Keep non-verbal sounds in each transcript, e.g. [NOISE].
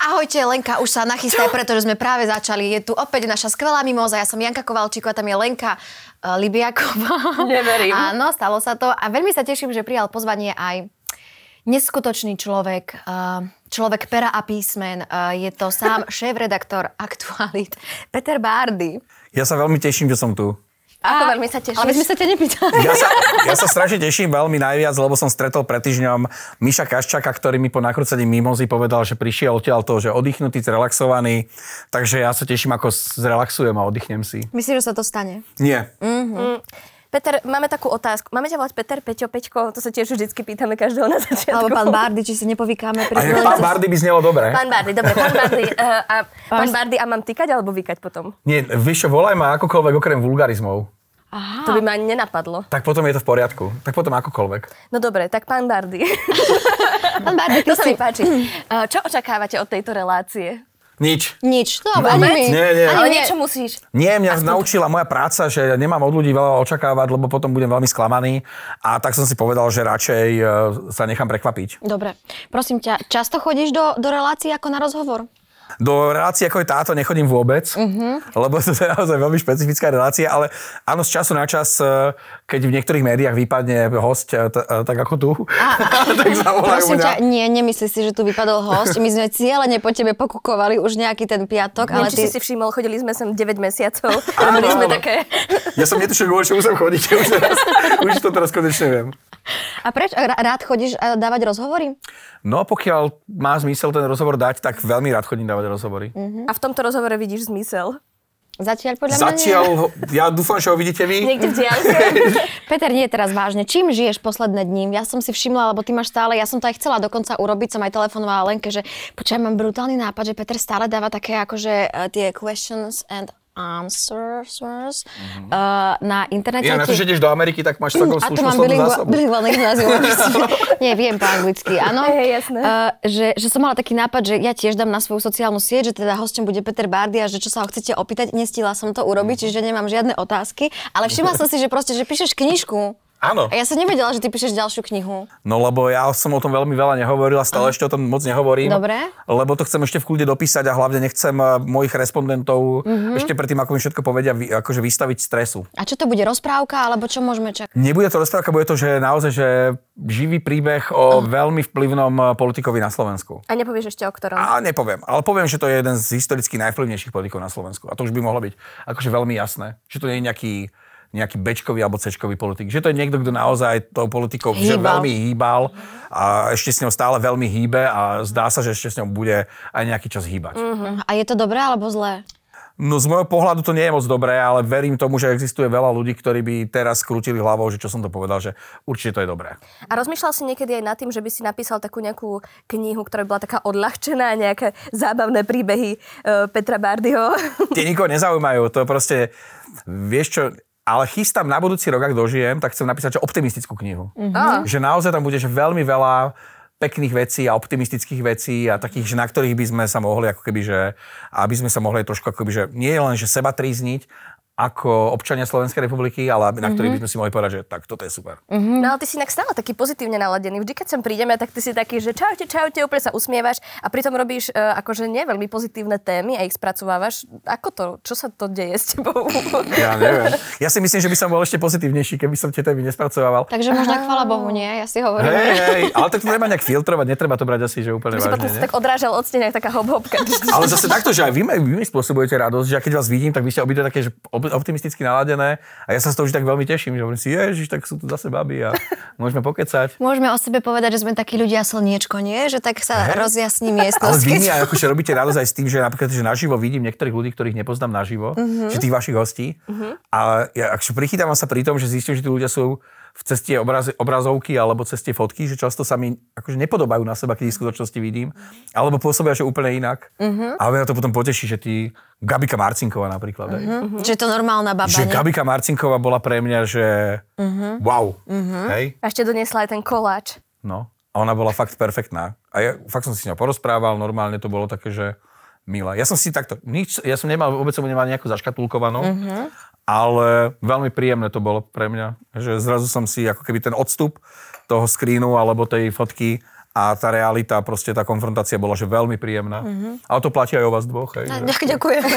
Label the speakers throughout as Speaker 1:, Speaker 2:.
Speaker 1: Ahojte, Lenka už sa [GASPS] nachystá, pretože sme práve začali. Je tu opäť naša skvelá mimoza. Ja som Janka Kovalčíková, tam je Lenka e, [LAUGHS] Libiaková.
Speaker 2: Neverím.
Speaker 1: Áno, stalo sa to. A veľmi sa teším, že prijal pozvanie aj neskutočný človek, e, človek pera a písmen. E, Je to [LAUGHS] sám šéf-redaktor Aktualit, Peter Bárdy.
Speaker 3: Ja sa veľmi teším, že som tu.
Speaker 2: Ako veľmi sa tešíš.
Speaker 1: Ale my sme sa ťa [LAUGHS] nepýtali.
Speaker 3: Ja sa, ja sa strašne teším veľmi najviac, lebo som stretol pred týždňom Miša Kaščaka, ktorý mi po nakrúcaní mimozy povedal, že prišiel odtiaľ to, že oddychnutý, zrelaxovaný. Takže ja sa teším, ako zrelaxujem a oddychnem si.
Speaker 1: Myslím, že sa to stane. [LAUGHS]
Speaker 3: Nie.
Speaker 2: Peter, máme takú otázku. Máme ťa volať Peter, Peťo, Peťko? To sa tiež vždycky pýtame každého na
Speaker 1: Alebo
Speaker 2: začiatku.
Speaker 1: pán Bardy, či si nepovykáme pri
Speaker 3: A inak pán Bardy by znelo dobre.
Speaker 2: [LAUGHS] Pán Bardy, dobre, pán Bardy. Uh, a, pán Bardy, a mám tykať alebo vykať potom?
Speaker 3: Nie, vieš čo, volaj ma akokoľvek okrem vulgarizmov.
Speaker 2: To by ma ani nenapadlo.
Speaker 3: Tak potom je to v poriadku. Tak potom akokoľvek.
Speaker 2: No dobre, tak pán Bardy.
Speaker 1: [LAUGHS] Pán Bardy, ty
Speaker 2: to sa
Speaker 1: si...
Speaker 2: mi páči. Uh, čo očakávate od tejto relácie?
Speaker 3: Nič.
Speaker 1: Nič, no, ani my.
Speaker 3: Nie, nie.
Speaker 2: Ale
Speaker 1: nie.
Speaker 2: niečo musíš.
Speaker 3: Nie, mňa naučila moja práca, že nemám od ľudí veľa očakávať, lebo potom budem veľmi sklamaný. A tak som si povedal, že radšej e, sa nechám prekvapiť.
Speaker 1: Dobre, prosím ťa, často chodíš do, do relácií ako na rozhovor?
Speaker 3: Do relácií ako je táto nechodím vôbec,
Speaker 1: Mhm.
Speaker 3: mm-hmm. lebo to je naozaj veľmi špecifická relácia, ale áno, z času na čas, e, keď v niektorých médiách vypadne host, e, t- e, tak ako tu, [LAUGHS] tak zavolajú
Speaker 1: Prosím
Speaker 3: mňa.
Speaker 1: ťa, nie, nemyslí si, že tu vypadol host. My sme cieľene po tebe pokukovali už nejaký ten piatok,
Speaker 2: Neviem,
Speaker 1: ale
Speaker 2: či
Speaker 1: ty...
Speaker 2: si si všimol, chodili sme sem 9 mesiacov.
Speaker 3: Áno,
Speaker 2: Robili sme
Speaker 3: áno.
Speaker 2: také...
Speaker 3: Ja som netušil, kvôli čomu sem chodíte už [LAUGHS] teraz. Už to teraz konečne viem.
Speaker 1: A preč Ra- rád chodíš eh, dávať rozhovory?
Speaker 3: No pokiaľ má zmysel ten rozhovor dať, tak veľmi rád chodím dávať rozhovory.
Speaker 1: Mhm.
Speaker 2: A v tomto rozhovore vidíš zmysel.
Speaker 1: Zatiaľ podľa mňa nie.
Speaker 3: Zatiaľ, ho- ja dúfam, že ho vidíte vy.
Speaker 2: Niekde v diálke.
Speaker 1: Peter, nie teraz vážne. Čím žiješ posledné dní? Ja som si všimla, lebo ty máš stále, ja som to aj chcela dokonca urobiť, som aj telefonovala Lenke, že počkaj, mám brutálny nápad, že Peter stále dáva také akože uh, tie questions and answers mm-hmm. uh, na internete.
Speaker 3: Mhm. Ja na to,
Speaker 1: Ti-
Speaker 3: že ideš do Ameriky, tak máš celkom
Speaker 1: Mm, a to
Speaker 3: slušnú
Speaker 1: Hm, mám
Speaker 3: slovnú
Speaker 1: bilingua-
Speaker 3: zásobu.
Speaker 1: bilingválny
Speaker 3: [LAUGHS]
Speaker 1: gymnázium. Nie, viem po anglicky, áno.
Speaker 2: Hej, hej, jasné.
Speaker 1: Uh, že, že som mala taký nápad, že ja tiež dám na svoju sociálnu sieť, že teda hosťom bude Peter Bardy a že čo sa ho chcete opýtať, nestihla som to
Speaker 3: Mhm.
Speaker 1: urobiť, čiže nemám žiadne otázky. Ale všimla som si, že proste, že píšeš knižku.
Speaker 3: Áno.
Speaker 1: A ja som nevedela, že ty píšeš ďalšiu knihu.
Speaker 3: No lebo ja som o tom veľmi veľa nehovoril a stále ešte o tom moc nehovorím.
Speaker 1: Dobre.
Speaker 3: Lebo to chcem ešte v kľude dopísať a hlavne nechcem eh, mojich respondentov mm-hmm. ešte predtým, ako mi všetko povedia, vy- akože vystaviť stresu.
Speaker 1: A čo to bude, rozprávka, alebo čo môžeme čakať?
Speaker 3: Nebude to rozprávka, bude to, že naozaj, že živý príbeh o veľmi vplyvnom eh, politikovi na Slovensku.
Speaker 2: A nepovieš ešte o ktorom.
Speaker 3: A nepoviem, ale poviem, že to je jeden z historicky najvplyvnejších politikov na Slovensku. A to už by mohlo byť akože veľmi jasné, že to nie je nejaký nejaký bečkový alebo cečkový politik. Že to je niekto, kto naozaj tou politikou že
Speaker 1: Hýbal.
Speaker 3: veľmi hýbal a ešte s ňou stále veľmi hýbe a zdá sa, že ešte s ňou bude aj nejaký čas hýbať.
Speaker 1: Uh-huh. A je to dobré alebo zlé?
Speaker 3: No z môjho pohľadu to nie je moc dobré, ale verím tomu, že existuje veľa ľudí, ktorí by teraz skrútili hlavou, že čo som to povedal, že určite to je dobré.
Speaker 2: A rozmýšľal si niekedy aj nad tým, že by si napísal takú nejakú knihu, ktorá by bola taká odľahčená, nejaké zábavné príbehy e, Petra Bardyho.
Speaker 3: Tie nikoho nezaujímajú, to proste, vieš čo, ale chystám na budúci rok, ak dožijem, tak chcem napísať že optimistickú knihu.
Speaker 2: Mhm.
Speaker 3: Mm-hmm. Že naozaj tam bude že veľmi veľa pekných vecí a optimistických vecí a takých, že na ktorých by sme sa mohli ako keby, že aby sme sa mohli aj trošku ako keby, že nie len, že seba trízniť ako občania Slovenskej republiky, ale aby- na ktorých
Speaker 2: Mhm.
Speaker 3: by sme si mohli povedať, že tak toto je super.
Speaker 2: No ale ty si inak stále taký pozitívne naladený. Vždy, keď sem prídeme, tak ty si taký, že čaute, čaute, úplne sa usmievaš a pritom robíš e, akože nie veľmi pozitívne témy a ich spracovávaš. Ako to? Čo sa to deje s tebou?
Speaker 3: Ja neviem. Ja si myslím, že by som bol ešte pozitívnejší, keby som tie témy nespracovával.
Speaker 1: Takže možno chvala Bohu, nie? Ja si hovorím.
Speaker 3: Hej, hej, ale tak to treba nejak filtrovať, netreba to brať asi, že
Speaker 2: By
Speaker 3: úplne
Speaker 2: si potom
Speaker 3: vážne.
Speaker 2: si
Speaker 3: nie?
Speaker 2: tak odrážal od steny, jak taká hop-hopka.
Speaker 3: Ale zase takto, že aj vy, mi- vy mi spôsobujete radosť, že ja keď vás vidím, tak vy ste obidve také že ob- optimisticky naladené a ja sa z toho už tak veľmi teším, že hovorím si, ježiš, tak sú tu zase baby a môžeme pokecať.
Speaker 1: Môžeme o sebe povedať, že sme takí ľudia slniečko, nie? Že tak sa
Speaker 3: Hej.
Speaker 1: rozjasní
Speaker 3: Ale
Speaker 1: miestnosť.
Speaker 3: vy mi
Speaker 1: keď-
Speaker 3: aj akože robíte radosť aj s tým, že napríklad, že naživo vidím niektorých ľudí, ktorých nepoznám naživo, mm-hmm. že tých vašich hostí. Mm-hmm. A ja akože prichytávam sa pri tom, že zistím, že tí ľudia sú v ceste obraz, obrazovky alebo ceste fotky, že často sa mi akože nepodobajú na seba, keď ich v skutočnosti vidím, alebo pôsobia, že úplne inak. Mm-hmm. A mňa to potom poteší, že tí Gabika Marcinková napríklad. Mm-hmm.
Speaker 1: Že je to normálna baba,
Speaker 3: Že
Speaker 1: nie?
Speaker 3: Gabika Marcinková bola pre mňa, že uh-huh. wow, uh-huh. hej,
Speaker 2: A ešte doniesla aj ten koláč.
Speaker 3: no. A ona bola fakt perfektná. A ja fakt som si s ňou porozprával, normálne to bolo také, že milé. Ja som si takto, nič, ja som nemal, vôbec som nemal nejakú zaškatulkovanú, uh-huh. ale veľmi príjemné to bolo pre mňa, že zrazu som si ako keby ten odstup toho skrínu alebo tej fotky a tá realita, proste tá konfrontácia bola, že veľmi príjemná. Ale to platí aj o vás dvoch. Hej, že...
Speaker 1: Ďakujeme.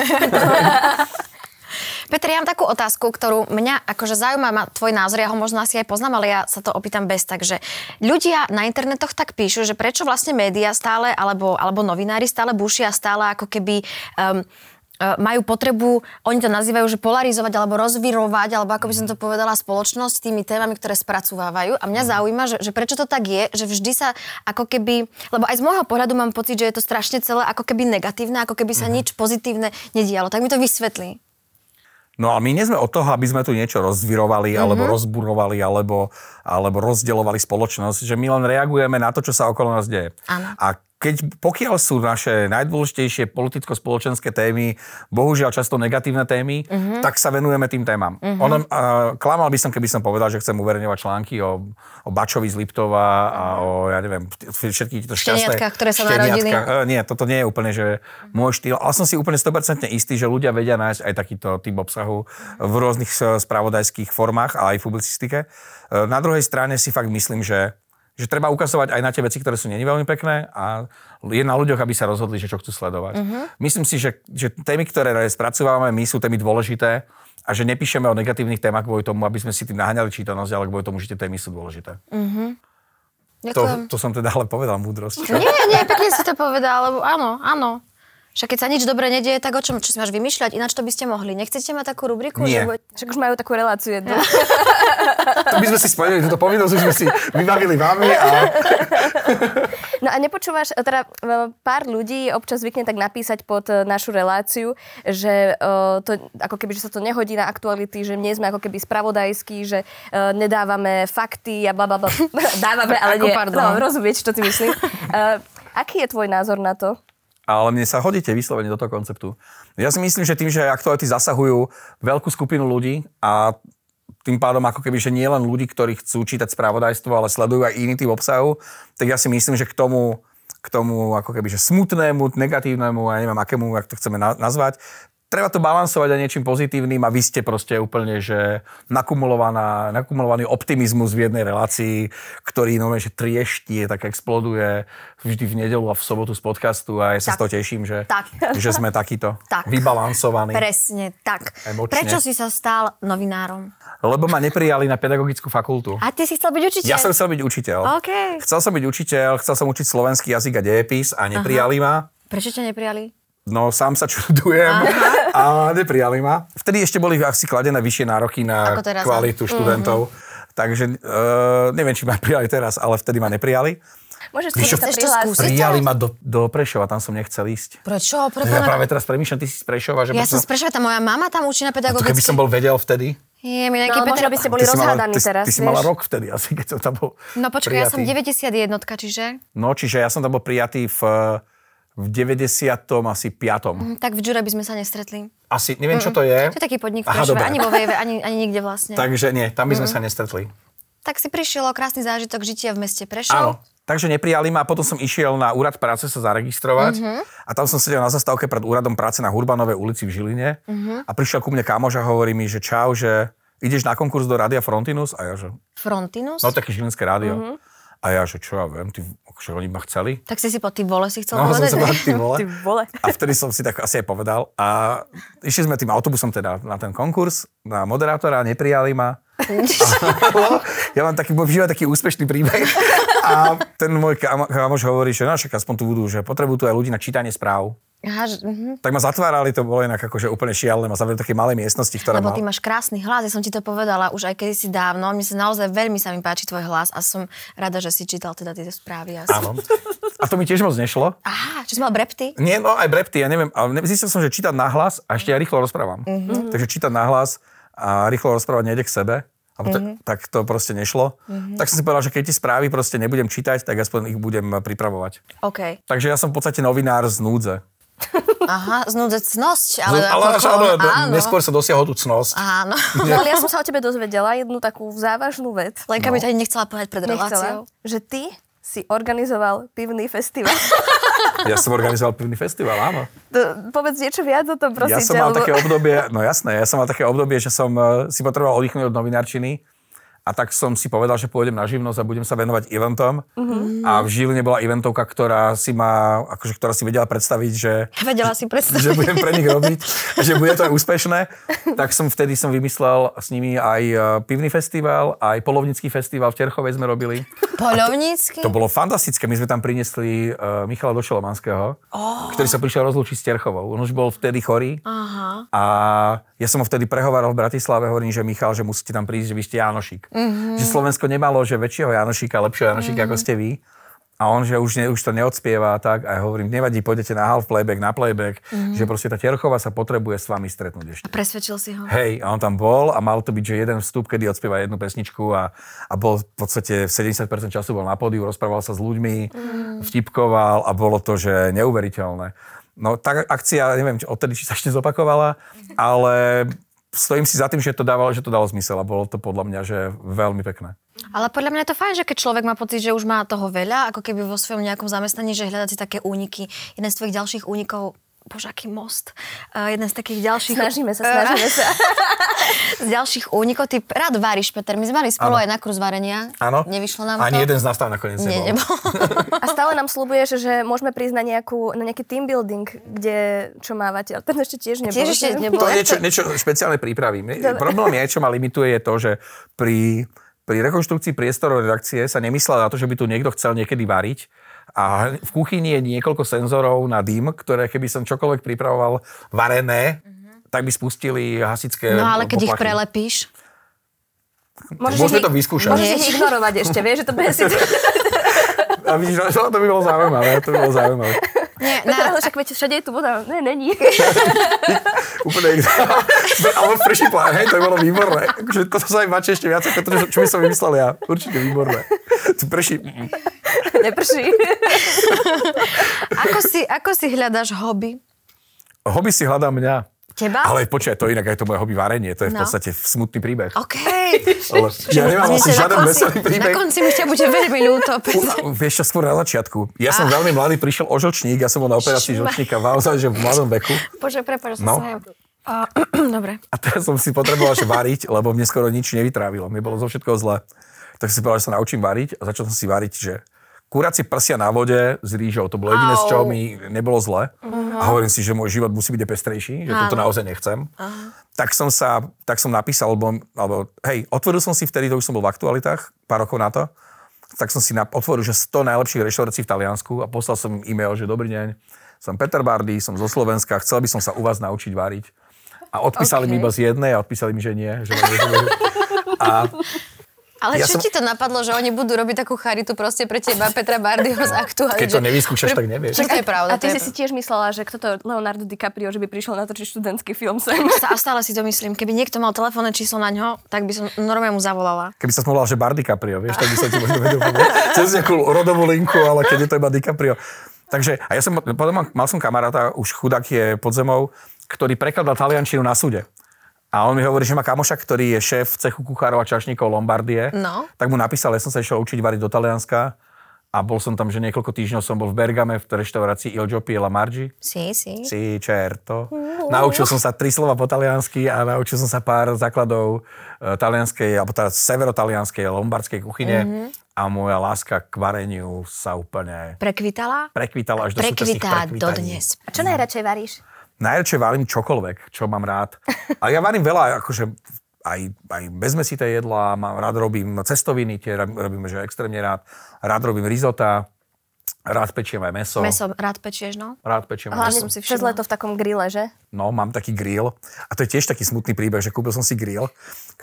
Speaker 1: Peter, ja mám takú otázku, ktorú mňa akože zaujíma ma tvoj názor, ja ho možno asi aj poznám, ale ja sa to opýtam bez tak, že ľudia na internetoch tak píšu, že prečo vlastne médiá stále, alebo, alebo novinári stále bušia, stále ako keby... Um, eh, majú potrebu, oni to nazývajú, že polarizovať alebo rozvirovať, alebo ako by som to povedala, spoločnosť tými témami, ktoré spracovávajú. A mňa zaujíma, že, že prečo to tak je, že vždy sa ako keby, lebo aj z môjho pohľadu mám pocit, že je to strašne celé ako keby negatívne, ako keby sa nič pozitívne nedialo. Tak mi to vysvetlí.
Speaker 3: No a my nie sme od toho, aby sme tu niečo rozvirovali, mm-hmm.
Speaker 1: Mhm.
Speaker 3: alebo rozburovali, alebo, alebo rozdeľovali spoločnosť, že my len reagujeme na to, čo sa okolo nás deje.
Speaker 1: Áno.
Speaker 3: A keď, pokiaľ sú naše najdôležitejšie politicko-spoločenské témy, bohužiaľ často negatívne témy,
Speaker 1: Mhm.
Speaker 3: mm-hmm. tak sa venujeme tým témam. Mm-hmm. Ono, uh, klamal by som, keby som povedal, že chcem uverejňovať články o, o Bačovi z Liptova a o, ja neviem, všetky tieto šťastné...
Speaker 1: Šteniatka, Mhm. ktoré sa narodili.
Speaker 3: šteniatka, E, nie, toto nie je úplne že môj štýl, ale som si úplne 100% istý, že ľudia vedia nájsť aj takýto typ obsahu v rôznych e, spravodajských formách a aj v publicistike. E, Na druhej strane si fakt myslím, že že treba ukazovať aj na tie veci, ktoré sú není veľmi pekné a je na ľuďoch, aby sa rozhodli, že čo chcú sledovať. Myslím si, že, že témy, ktoré spracovávame, my sú témy dôležité a že nepíšeme o negatívnych témach kvôli tomu, aby sme si tým naháňali čítanosť, ale kvôli tomu, že tie témy sú dôležité. To,
Speaker 1: Ďakujem.
Speaker 3: to som teda ale povedal múdrosť.
Speaker 1: Nie, nie, pekne si to povedal, lebo áno, áno. Však keď sa nič dobre nedieje, tak o čom? Čo si máš vymýšľať? Ináč to by ste mohli. Nechcete mať takú rubriku? Že
Speaker 3: Nie.
Speaker 1: bude...
Speaker 2: Však už majú takú reláciu jednu.
Speaker 3: To by sme si splnili, túto povinnosť už sme si vybavili vami a
Speaker 2: No a nepočúvaš, e, teda e, pár ľudí občas zvykne tak napísať pod e, našu reláciu, že e, to, ako keby, že sa to nehodí na aktuality, že nie sme ako keby spravodajskí, že e, nedávame fakty a bla bla [LAUGHS] bla. Dávame, ale
Speaker 1: Ako,
Speaker 2: nie.
Speaker 1: pardon.
Speaker 2: No, rozumieš, čo ty myslím. E, aký je tvoj názor na to?
Speaker 3: ale mne sa hodíte vyslovene do toho konceptu. Ja si myslím, že tým, že aktuality zasahujú veľkú skupinu ľudí a tým pádom ako keby, že nie len ľudí, ktorí chcú čítať spravodajstvo, ale sledujú aj iný typ obsahu, tak ja si myslím, že k tomu, k tomu ako keby, že smutnému, negatívnemu, ja neviem akému, ak to chceme na- nazvať, treba to balansovať aj niečím pozitívnym a vy ste proste úplne, že nakumulovaná, nakumulovaný optimizmus v jednej relácii, ktorý no, že trieštie, tak exploduje vždy v nedelu a v sobotu z podcastu a ja
Speaker 1: Tak.
Speaker 3: sa z toho teším, že,
Speaker 1: Tak.
Speaker 3: [LAUGHS] že sme takýto
Speaker 1: [LAUGHS] Tak.
Speaker 3: vybalansovaní.
Speaker 1: Presne tak.
Speaker 3: Emočne.
Speaker 1: Prečo si sa stal novinárom?
Speaker 3: Lebo ma neprijali na pedagogickú fakultu.
Speaker 1: A ty si chcel byť učiteľ?
Speaker 3: Ja som chcel byť učiteľ.
Speaker 1: OK.
Speaker 3: Chcel som byť učiteľ, chcel som učiť slovenský jazyk a dejepis a neprijali ma.
Speaker 1: Prečo ťa neprijali?
Speaker 3: No, sám sa čudujem [LAUGHS] a neprijali ma. Vtedy ešte boli asi kladené vyššie nároky na
Speaker 1: Ako teraz, áno. Mhm.
Speaker 3: kvalitu študentov. Takže e, neviem, či ma [LAUGHS] prijali teraz, ale vtedy ma neprijali.
Speaker 2: Môžeš
Speaker 3: Vieš,
Speaker 2: sa
Speaker 1: chceš to
Speaker 2: prihlásiť.
Speaker 1: skúsiť?
Speaker 3: Prijali ma do, do Prešova, tam som nechcel ísť.
Speaker 1: Prečo? Prečo?
Speaker 3: Ja práve teraz premýšľam, ty si z Prešova, že
Speaker 1: No, ja
Speaker 3: prečo-
Speaker 1: som sprešla, tá moja mama tam učí na
Speaker 3: to
Speaker 1: pedagogický.
Speaker 3: keby som bol vedel vtedy.
Speaker 1: Je mi nejaký
Speaker 2: No,
Speaker 1: Peter...
Speaker 2: možno by ste boli
Speaker 3: Ty si mala,
Speaker 2: rozhádaní
Speaker 3: ty,
Speaker 2: teraz,
Speaker 3: ty si
Speaker 2: vieš.
Speaker 3: mala rok vtedy asi, keď som tam bol
Speaker 1: No počkaj, ja som
Speaker 3: prijatý.
Speaker 1: 91, čiže...
Speaker 3: No, čiže ja som tam bol prijatý v, v 90. asi 5.
Speaker 1: Hm, Tak v Džure by sme sa nestretli.
Speaker 3: Asi, neviem, čo to je.
Speaker 1: To je taký podnik v
Speaker 3: Aha,
Speaker 1: Prešove,
Speaker 3: dobre.
Speaker 1: ani vo Vieve, ani, ani nikde vlastne. Tak.
Speaker 3: Takže nie, tam by sme sa nestretli.
Speaker 1: si prišiel o krásny zážitok žitia v meste Prešov.
Speaker 3: Áno. Takže neprijali ma a potom som išiel na úrad práce sa zaregistrovať
Speaker 1: Mhm.
Speaker 3: a tam som sedel na zastávke pred úradom práce na Hurbanovej ulici v Žiline
Speaker 1: Mhm.
Speaker 3: a prišiel ku mne kamož a hovorí mi, že čau, že ideš na konkurs do Rádia Frontinus a ja že,
Speaker 1: Frontinus?
Speaker 3: no také žilinské rádio.
Speaker 1: Mhm.
Speaker 3: A ja že, čo ja viem, ty, akože oni ma chceli.
Speaker 1: Tak si si po ty vole si chcel
Speaker 3: No, som
Speaker 1: povedať?
Speaker 3: sa povedal, ty vole.
Speaker 2: Ty vole.
Speaker 3: A vtedy som si tak asi aj povedal. A išli sme tým autobusom teda na ten konkurs, na moderátora, neprijali ma.
Speaker 1: [LAUGHS]
Speaker 3: [LAUGHS] ja mám taký, v živote taký úspešný príbeh. A ten môj kamo- kamoš hovorí, že no, však aspoň tu budú, že potrebujú tu aj ľudí na čítanie správ.
Speaker 1: Aha, že, mhm.
Speaker 3: Tak ma zatvárali, to bolo inak akože úplne šialené, ma zavreli do také malej miestnosti, ktorá
Speaker 1: Lebo
Speaker 3: mal...
Speaker 1: ty máš krásny hlas, ja som ti to povedala už aj kedysi dávno. Mne sa naozaj veľmi sa mi páči tvoj hlas a som rada, že si čítal teda tieto správy. Asi.
Speaker 3: Áno. A to mi tiež moc nešlo.
Speaker 1: Aha, čo si mal brepty?
Speaker 3: Nie, no aj brepty, ja neviem, ale zistil som, že čítať nahlas a ešte ja rýchlo rozprávam. Mm-hmm. Takže čítať nahlas a rýchlo rozprávať nejde k sebe. A to, mm-hmm. tak to proste nešlo. Mm-hmm. Tak som si povedal, že keď tie správy proste nebudem čítať, tak aspoň ich budem eh, pripravovať.
Speaker 1: OK.
Speaker 3: Takže ja som v podstate novinár z núdze.
Speaker 1: Aha, znudzecnosť, ale,
Speaker 3: No, ale
Speaker 1: ako,
Speaker 3: až, áno, do-
Speaker 1: áno.
Speaker 3: neskôr sa dosiahol tú
Speaker 1: [LAUGHS]
Speaker 3: cnosť.
Speaker 1: Áno.
Speaker 2: No, ale ja som sa o tebe dozvedela jednu takú závažnú vec.
Speaker 1: Lenka
Speaker 3: No.
Speaker 1: by to ani nechcela povedať pred reláciou.
Speaker 2: Nechcela, že ty si organizoval pivný festival.
Speaker 3: Ja som organizoval prvný festival, áno.
Speaker 2: To, povedz niečo viac o tom, prosím
Speaker 3: ja som
Speaker 2: ťa,
Speaker 3: mal
Speaker 2: [LAUGHS] lebo-
Speaker 3: také obdobie, no jasné, ja som mal také obdobie, že som eh, si potreboval oddychnúť od novinárčiny A tak som si povedal, že pôjdem na živnosť a budem sa venovať eventom. Mm-hmm. A v Žiline bola eventovka, ktorá si, ma, akože, ktorá si vedela predstaviť, že
Speaker 1: Vedela si
Speaker 3: že
Speaker 1: predstaviť.
Speaker 3: budem pre nich robiť, že bude to aj úspešné. Tak som vtedy som vymyslel s nimi aj eh, pivný festival, aj polovnícky festival v Terchovej sme robili.
Speaker 1: Polovnícky?
Speaker 3: To bolo fantastické. My sme tam priniesli uh, Michala Došelomanského, oh. ktorý sa prišiel rozlúčiť s Terchovou. On už bol vtedy chorý.
Speaker 1: Aha.
Speaker 3: A ja som ho vtedy prehováral v Bratislave, hovorím, že Michal, že musíte tam prísť, že vy ste Janošik. Mm-hmm. Že Slovensko nemalo, že väčšieho Janošika, lepšieho Janošika, mm-hmm. ako ste vy. A on, že už, ne, už to neodspieva a tak. A ja hovorím, nevadí, pôjdete na half playback, na playback, mm-hmm. že proste tá Terchova sa potrebuje s vami stretnúť ešte.
Speaker 1: Presvedčil si ho.
Speaker 3: Hej, a on tam bol a mal to byť, že jeden vstup, kedy odspieva jednu pesničku a, a bol v podstate 70% času bol na pódiu, rozprával sa s ľuďmi, mm. vtipkoval a bolo to, že neuveriteľné. No tá akcia, neviem, či odtedy, či sa ešte zopakovala,
Speaker 1: Mhm.
Speaker 3: ale stojím si za tým, že to dávalo, že to dalo zmysel a bolo to podľa mňa, že veľmi pekné.
Speaker 1: Ale podľa mňa je to fajn, že keď človek má pocit, že už má toho veľa, ako keby vo svojom nejakom zamestnaní, že hľadať si také úniky. Jeden z tvojich ďalších únikov Bože, aký most. Uh, jeden z takých ďalších...
Speaker 2: Snažíme sa,
Speaker 1: [LAUGHS]
Speaker 2: snažíme sa.
Speaker 1: z ďalších únikov. Ty rád varíš, Peter. My sme mali spolu
Speaker 3: Áno.
Speaker 1: aj na kurz varenia.
Speaker 3: Áno.
Speaker 1: Nevyšlo nám
Speaker 3: Ani
Speaker 1: to.
Speaker 3: jeden z nás tam nakoniec
Speaker 1: Nie,
Speaker 3: nebol.
Speaker 1: nebol.
Speaker 2: A stále nám slúbuješ, že môžeme prísť na, nejakú, na nejaký team building, kde čo mávate. Ale ten ešte tiež nebol.
Speaker 1: Tiež ešte
Speaker 2: že?
Speaker 1: nebol.
Speaker 3: To niečo, niečo špeciálne pripravím. Ne- Problém je, čo ma limituje, je to, že pri, pri rekonštrukcii priestorov redakcie sa nemyslela na to, že by tu niekto chcel niekedy variť. A v kuchyni je niekoľko senzorov na dym, ktoré keby som čokoľvek pripravoval varené, tak by spustili hasičské
Speaker 1: Mhm. No ale keď ich
Speaker 3: poplachy.
Speaker 1: prelepíš.
Speaker 2: Môžeš
Speaker 3: Môžeme
Speaker 2: ich-
Speaker 3: to vyskúšať.
Speaker 2: Môžeš ich ignorovať ešte, vieš, že to [LAUGHS] bude si...
Speaker 3: [LAUGHS] A vidíš, no, to by bolo zaujímavé, to by bolo zaujímavé.
Speaker 1: Nie, [LAUGHS]
Speaker 2: Petra,
Speaker 1: na,
Speaker 2: ale však viete, všade je tu voda. Ne, [LAUGHS] není.
Speaker 3: Úplne iné. [LAUGHS] Alebo frši plán, hej, to by bolo výborné. Akože toto sa im páči ešte viac ako to, čo- čo by som vymyslel ja. Určite výborné. Tu
Speaker 1: [LAUGHS]
Speaker 3: prší, mm,
Speaker 2: Neprší.
Speaker 1: ako, si, ako si hľadaš hobby?
Speaker 3: Hobby si hľadá mňa.
Speaker 1: Teba?
Speaker 3: Ale počkaj, to inak aj to moje hobby varenie, to je
Speaker 1: No.
Speaker 3: v podstate smutný príbeh.
Speaker 1: OK.
Speaker 3: Ale [LAUGHS] ja nemám asi
Speaker 1: Myslíte, na
Speaker 3: žiaden
Speaker 1: konci-
Speaker 3: veselý
Speaker 1: Na
Speaker 3: príbeh.
Speaker 1: konci mi ťa bude veľmi ľúto. Peter.
Speaker 3: U- Vieš čo, skôr na začiatku. Ja som veľmi mladý, prišiel o žlčník, ja som bol na operácii
Speaker 1: Ježišmar.
Speaker 3: žlčníka, naozaj, že v mladom veku.
Speaker 1: Bože, prepáč, že
Speaker 3: No.
Speaker 1: som sa... Uh, [CLEARS THROAT] dobre.
Speaker 3: A teraz som si potreboval že variť, lebo mne skoro nič nevytrávilo. Mne bolo zo všetkého zle. Tak som si povedal, že sa naučím variť a začal som si variť, že kuracie prsia na vode s rýžou. To bolo jediné, z čoho
Speaker 1: Au. Mhm.
Speaker 3: mi nebolo zle. A hovorím si, že môj život musí byť pestrejší, že toto
Speaker 1: Áno.
Speaker 3: naozaj nechcem. Tak som sa, tak som napísal, lebo, alebo hej, otvoril som si vtedy, to už som bol v aktualitách, pár rokov na to, tak som si na, otvoril, že 100 najlepších reštaurácií v Taliansku a poslal som im e-mail, že dobrý deň, som Peter Bardy, som zo Slovenska, chcel by som sa u vás naučiť variť. A odpísali
Speaker 1: Ok.
Speaker 3: mi iba z jednej a odpísali mi, že nie. Že ma nezoberú. a
Speaker 1: Ale
Speaker 3: Ja
Speaker 1: čo
Speaker 3: som-
Speaker 1: ti to napadlo, že oni budú robiť takú charitu proste pre teba, Petra
Speaker 3: [LAUGHS]
Speaker 1: Bardyho z aktuálne?
Speaker 3: keď to nevyskúšaš, tak nevieš.
Speaker 1: Však to je pravda.
Speaker 2: A ty
Speaker 1: to je
Speaker 2: si si tiež myslela, že kto to je Leonardo DiCaprio, že by prišiel natočiť študentský film [LAUGHS] sem.
Speaker 1: sa- a stále si to myslím. Keby niekto mal telefónne číslo na ňo, tak by som normálne mu zavolala.
Speaker 3: Keby sa volal, že Bar DiCaprio, vieš, tak by som ti možno vedel povedať. Cez nejakú rodovú linku, ale keď je to iba DiCaprio. Takže, a ja som, potom mal- mal som kamaráta, už chudák je pod zemou, ktorý prekladal taliančinu na súde. A on mi hovorí, že má kamoša, ktorý je šéf cechu kuchárov a čašníkov Lombardie.
Speaker 1: No.
Speaker 3: Tak mu napísal, ja som sa išiel učiť variť do Talianska a bol som tam, že niekoľko týždňov som bol v Bergame v reštaurácii Il Giopi e la Margi.
Speaker 1: Si, si.
Speaker 3: Si, certo. Naučil som sa tri slova po taliansky a naučil som sa pár základov e, talianskej, alebo teda severotalianskej, lombardskej kuchyne mm-hmm. a moja láska k vareniu sa úplne
Speaker 1: Prekvitala?
Speaker 3: prekvitala až do súčasných
Speaker 1: Prekvitá
Speaker 3: prekvitaní. Hm.
Speaker 1: dodnes.
Speaker 2: A čo najradšej varíš?
Speaker 3: Najradšej varím čokoľvek, čo mám rád. A ja varím veľa, akože aj, aj bezmesité jedlá, mám, rád robím cestoviny, tie rob- robíme, že extrémne rád. Rád robím risota, rád pečiem aj meso.
Speaker 1: Meso rád pečieš, no?
Speaker 3: Rád pečiem aj meso.
Speaker 2: Hlavne
Speaker 1: som si
Speaker 2: cez
Speaker 1: všimla.
Speaker 2: leto v takom grille, že?
Speaker 3: No, mám taký grill. A to je tiež taký smutný príbeh, že kúpil som si grill,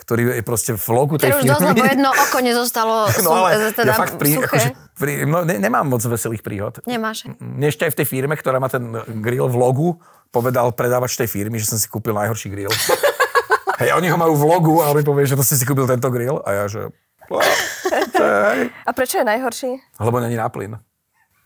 Speaker 3: ktorý je proste v logu tej
Speaker 1: Teraz už
Speaker 3: firmy.
Speaker 1: dosť, lebo
Speaker 3: [LAUGHS]
Speaker 1: jedno oko nezostalo
Speaker 3: no ale
Speaker 1: teda
Speaker 3: ja fakt pri,
Speaker 1: suché.
Speaker 3: akože, pri, no, ne, nemám moc veselých príhod.
Speaker 1: Nemáš.
Speaker 3: Mm, Ešte aj v tej firme, ktorá má ten e, grill v logu, povedal predávač tej firmy, že som si kúpil najhorší
Speaker 1: [LAUGHS]
Speaker 3: grill. Hej, oni ho majú v logu a on mi povie, že to si si kúpil tento grill. A ja, že... "Á, to je-
Speaker 2: A prečo je najhorší?
Speaker 3: Lebo není na plyn.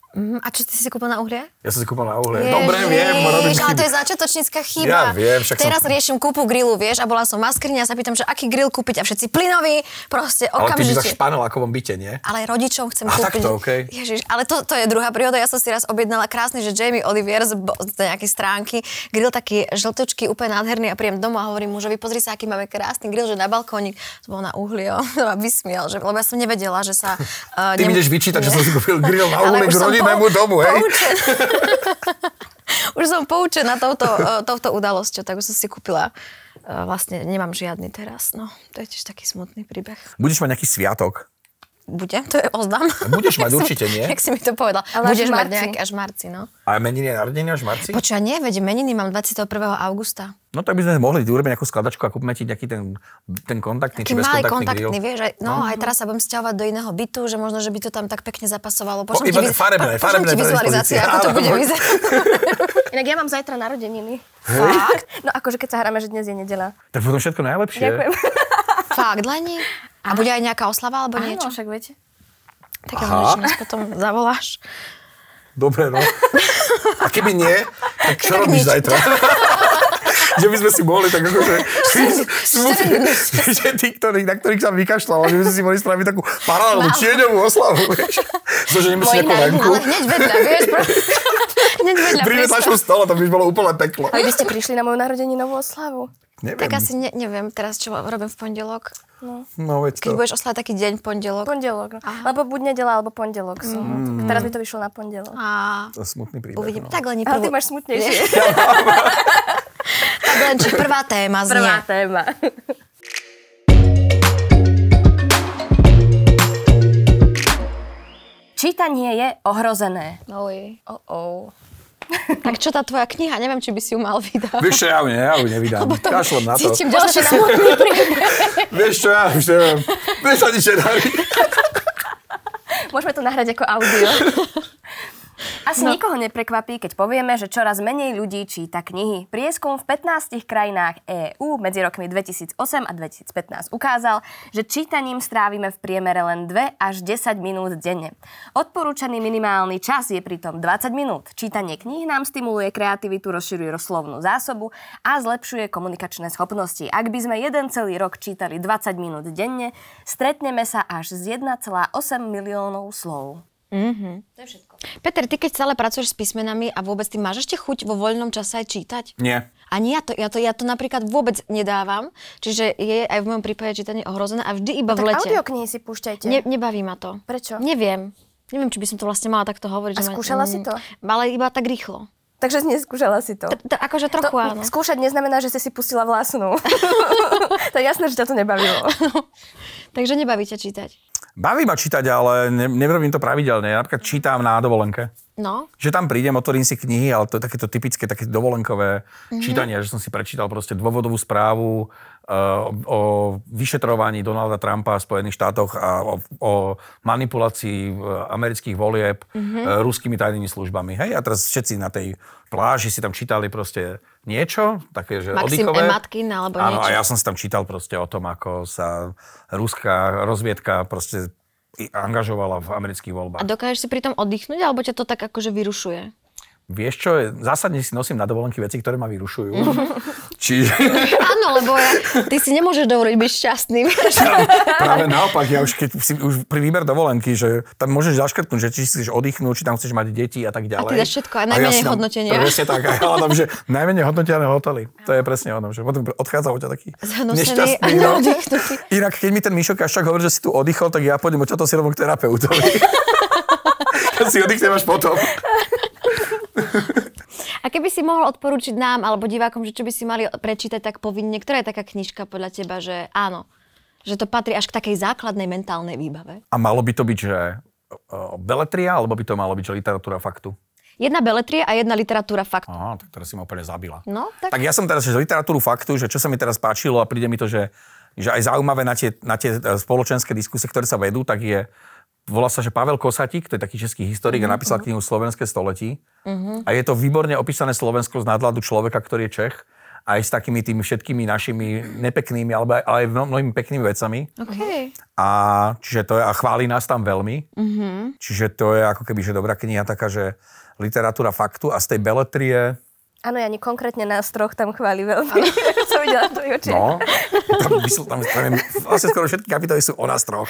Speaker 1: Mhm, A čo ty si kúpil na uhlie?
Speaker 3: Ja som si kúpil na uhlie.
Speaker 1: Ježiš,
Speaker 3: Dobre, viem, robím
Speaker 1: ale to
Speaker 3: chyby.
Speaker 1: je začiatočnícka chyba.
Speaker 3: Ja viem, však som-
Speaker 1: Teraz riešim kúpu grillu, vieš, a bola som maskrňa a sa pýtam, že aký grill kúpiť a všetci plynový, proste
Speaker 3: Ale ty by za
Speaker 1: okamžite.
Speaker 3: španelákovom byte, nie?
Speaker 1: ale rodičom chcem
Speaker 3: A
Speaker 1: kúpiť.
Speaker 3: takto, okej.
Speaker 1: Ježiš, ale to, to je druhá príhoda. Ja som si raz objednala krásny, že Jamie Olivier z, bo- z nejakej stránky, grill taký žltučký, úplne nádherný a príjem domov a hovorím mužovi, pozri sa, aký máme krásny grill, že na balkónik, to bolo na [LAUGHS] uhlio, a vysmial, že, lebo ja som nevedela, že
Speaker 3: [LAUGHS]
Speaker 1: sa... Uh,
Speaker 3: Ty mi ideš vyčítať, že som si kúpil grill na
Speaker 1: Ale
Speaker 3: uhlie
Speaker 1: už
Speaker 3: k
Speaker 1: som
Speaker 3: rodinnému
Speaker 1: pou-
Speaker 3: domu, hej?
Speaker 1: poučená. [LAUGHS] už som poučená touto, eh, touto udalosťou, tak už som si kúpila eh, vlastne nemám žiadny teraz, no. To je tiež taký smutný príbeh.
Speaker 3: Budeš mať nejaký sviatok.
Speaker 1: Bude, to je oznám.
Speaker 3: Budeš mať
Speaker 1: [LAUGHS] Jak si-
Speaker 3: určite, nie?
Speaker 1: Jak si mi to povedal.
Speaker 2: Ale až
Speaker 1: Budeš
Speaker 2: v
Speaker 1: mať
Speaker 2: marci.
Speaker 1: nejaké až v marci, no.
Speaker 3: A meniny a narodenia až v marci?
Speaker 1: Počúva, nie, veď meniny mám 21. augusta.
Speaker 3: No tak by sme mohli urobiť nejakú skladačku a kúpme ti nejaký ten, ten kontaktný či
Speaker 1: Taký malý
Speaker 3: bezkontaktný
Speaker 1: kontaktný,
Speaker 3: grill.
Speaker 1: vieš, aj, no, aj teraz sa budem sťahovať do iného bytu, že možno, že by to tam tak pekne zapasovalo.
Speaker 3: Iba
Speaker 1: viz-
Speaker 3: farebné,
Speaker 1: po- pošlem
Speaker 3: farebné
Speaker 1: ti vizualizáciu,
Speaker 3: predispozície.
Speaker 1: ako to
Speaker 3: Áno,
Speaker 1: bude
Speaker 3: poď.
Speaker 1: vyzerať.
Speaker 2: Inak ja mám zajtra narodeniny.
Speaker 1: Fakt,
Speaker 2: No akože keď sa hráme, že dnes je nedela.
Speaker 3: Tak potom všetko
Speaker 2: [LAUGHS]
Speaker 3: najlepšie.
Speaker 2: Ďakujem.
Speaker 1: fakt, Leni. A bude aj nejaká oslava alebo niečo?
Speaker 2: Áno, však viete.
Speaker 1: Tak ja hovorím, že nás potom
Speaker 3: [LAUGHS]
Speaker 1: zavoláš.
Speaker 3: Dobre,
Speaker 1: [LAUGHS]
Speaker 3: no. A keby nie, tak čo
Speaker 1: Tak nič.
Speaker 3: robíš
Speaker 1: [LAUGHS]
Speaker 3: zajtra? že by sme si mohli tak akože... smutne, že tí, ktorí, na ktorých sa vykašľalo, že by sme si mohli spraviť takú paralelnú tieňovú oslavu, vieš? Zoženieme si nejakú venku.
Speaker 1: ale hneď
Speaker 2: [LAUGHS]
Speaker 1: vedľa, vieš? pro- hneď vedľa.
Speaker 3: Pri
Speaker 1: priestor.
Speaker 3: našom stole, to by už bolo úplne peklo.
Speaker 2: A vy by ste prišli na moju narodeninovú oslavu.
Speaker 3: Neviem.
Speaker 1: Tak asi ne, neviem teraz, čo robím v pondelok.
Speaker 3: No, veď
Speaker 1: Keď
Speaker 3: to.
Speaker 1: budeš oslavať taký deň pondelok.
Speaker 2: Pondelok. No. Lebo buď nedela, alebo pondelok som. Tak Teraz by to vyšlo na pondelok.
Speaker 1: A
Speaker 3: To je smutný príbeh.
Speaker 1: uvidím.
Speaker 3: no.
Speaker 1: Tak len
Speaker 2: Ale
Speaker 1: prvú,
Speaker 2: ty máš smutnejšie.
Speaker 1: tak len, či prvá téma znie.
Speaker 2: [LAUGHS] Prvá téma. Čítanie je ohrozené.
Speaker 1: Oj.
Speaker 2: Oh, oh.
Speaker 1: Tak čo tá tvoja kniha? Neviem, či by si ju mal vydať.
Speaker 3: Vieš čo, ja ju, ne, ja ju nevydám. Kašlem na to.
Speaker 1: Cítim ďalší smutný príbeh.
Speaker 3: Vieš čo, ja už neviem. Vieš sa nič nedarí.
Speaker 2: Môžeme to nahrať ako audio. [LAUGHS] Asi no. nikoho neprekvapí, keď povieme, že čoraz menej ľudí číta knihy. Prieskum v 15 krajinách EÚ medzi rokmi 2008 a 2015 ukázal, že čítaním strávime v priemere len 2 až 10 minút denne. Odporúčaný minimálny čas je pritom 20 minút. Čítanie kníh nám stimuluje kreativitu, rozširuje slovnú zásobu a zlepšuje komunikačné schopnosti. Ak by sme jeden celý rok čítali 20 minút denne, stretneme sa až z 1,8 miliónov slov.
Speaker 1: Peter, ty keď stále pracuješ s písmenami a vôbec ty máš ešte chuť vo voľnom čase aj čítať?
Speaker 3: Nie.
Speaker 1: Ani ja to, ja to, ja to napríklad vôbec nedávam, čiže je aj v mojom prípade čítanie ohrozené a vždy iba v
Speaker 2: No
Speaker 1: lete.
Speaker 2: Tak audioknihy si púšťajte.
Speaker 1: Ne, nebaví ma to.
Speaker 2: Prečo?
Speaker 1: Neviem. Neviem, či by som to vlastne mala takto hovoriť. že
Speaker 2: A
Speaker 1: ma-
Speaker 2: skúšala
Speaker 1: mm,
Speaker 2: si to?
Speaker 1: Ale iba tak rýchlo.
Speaker 2: Takže si neskúšala si to.
Speaker 1: T- t- akože
Speaker 2: to
Speaker 1: trochu áno.
Speaker 2: skúšať neznamená, že si si pustila vlastnú. to je jasné, že ťa to nebavilo.
Speaker 1: [LAUGHS] Takže nebaví ťa čítať.
Speaker 3: Baví ma čítať, ale ne, nerobím to pravidelne. Ja napríklad čítam na dovolenke.
Speaker 1: No.
Speaker 3: Že tam prídem, otvorím si knihy, ale to je takéto typické, také
Speaker 1: Mhm.
Speaker 3: dovolenkové mm-hmm. čítanie, že som si prečítal proste dôvodovú správu uh, o vyšetrovaní Donalda Trumpa v Spojených štátoch a o, o manipulácii eh, amerických volieb
Speaker 1: Mhm.
Speaker 3: mm-hmm. uh, ruskými tajnými službami. Hej, a teraz všetci na tej pláži si tam čítali proste niečo, také, že
Speaker 1: Maxim M.
Speaker 3: odykové.
Speaker 1: Matkin alebo
Speaker 3: Áno,
Speaker 1: niečo.
Speaker 3: a ja som si tam čítal proste o tom, ako sa ruská rozviedka proste i- angažovala v amerických voľbách.
Speaker 1: A dokážeš si pritom oddychnúť, alebo ťa to tak akože vyrušuje?
Speaker 3: Vieš čo, zásadne si nosím na dovolenky veci, ktoré ma
Speaker 1: [LAUGHS]
Speaker 3: vyrušujú. Čiže
Speaker 1: Áno, lebo ja, ty si nemôžeš dovoliť byť šťastný. vieš.
Speaker 3: práve naopak, ja už, keď si, už pri výber dovolenky, že tam môžeš zaškrtnúť, že či si chceš oddychnúť, či tam chceš mať deti a tak ďalej.
Speaker 1: dáš všetko, aj najmenej
Speaker 3: si tam-
Speaker 1: hodnotenia.
Speaker 3: Presne tak, a ja hľadám, že najmenej hodnotené hotely. To je presne ono, že potom odchádza od ťa taký
Speaker 1: Zhnusený a
Speaker 3: nešťastný. no.
Speaker 1: neoddychnutý.
Speaker 3: Inak, keď mi ten Mišo Kaščák hovorí, že si tu oddychol, tak ja pôjdem od ťa to si rovno k terapeutovi.
Speaker 1: [LAUGHS]
Speaker 3: Ja si oddychnem až potom.
Speaker 1: [LAUGHS] A keby si mohol odporúčiť nám alebo divákom, že čo by si mali prečítať tak povinne, ktorá je taká knižka podľa teba, že áno, že to patrí až k takej základnej mentálnej výbave?
Speaker 3: A malo by to byť, že eh, beletria, alebo by to malo byť, že literatúra faktu?
Speaker 1: Jedna beletrie a jedna literatúra faktu.
Speaker 3: Aha, tak teraz si ma úplne zabila.
Speaker 1: No, tak-
Speaker 3: tak... tak ja som teraz, že literatúru faktu, že čo sa mi teraz páčilo a príde mi to, že, že aj zaujímavé na tie, na tie eh, spoločenské diskusie, ktoré sa vedú, tak je, volá sa, že Pavel Kosatík, to je taký český historik
Speaker 1: Mhm,
Speaker 3: a napísal knihu Slovenské století. A je to výborne opísané Slovensko z nadhľadu človeka, ktorý je Čech. A aj s takými tými všetkými našimi nepeknými, alebo aj- ale aj mno- mnohými peknými vecami.
Speaker 1: Okay.
Speaker 3: A, čiže to je, a chváli nás tam veľmi. Mm-hmm.
Speaker 1: Mhm.
Speaker 3: Čiže to je ako keby že dobrá kniha taká, že literatúra faktu a z tej beletrie,
Speaker 2: Áno, ja ani konkrétne nás troch tam chváli veľmi. [LAUGHS] som videla to oči.
Speaker 3: no, tam, mysl, tam, tam je, vlastne skoro všetky kapitoly sú o nás troch.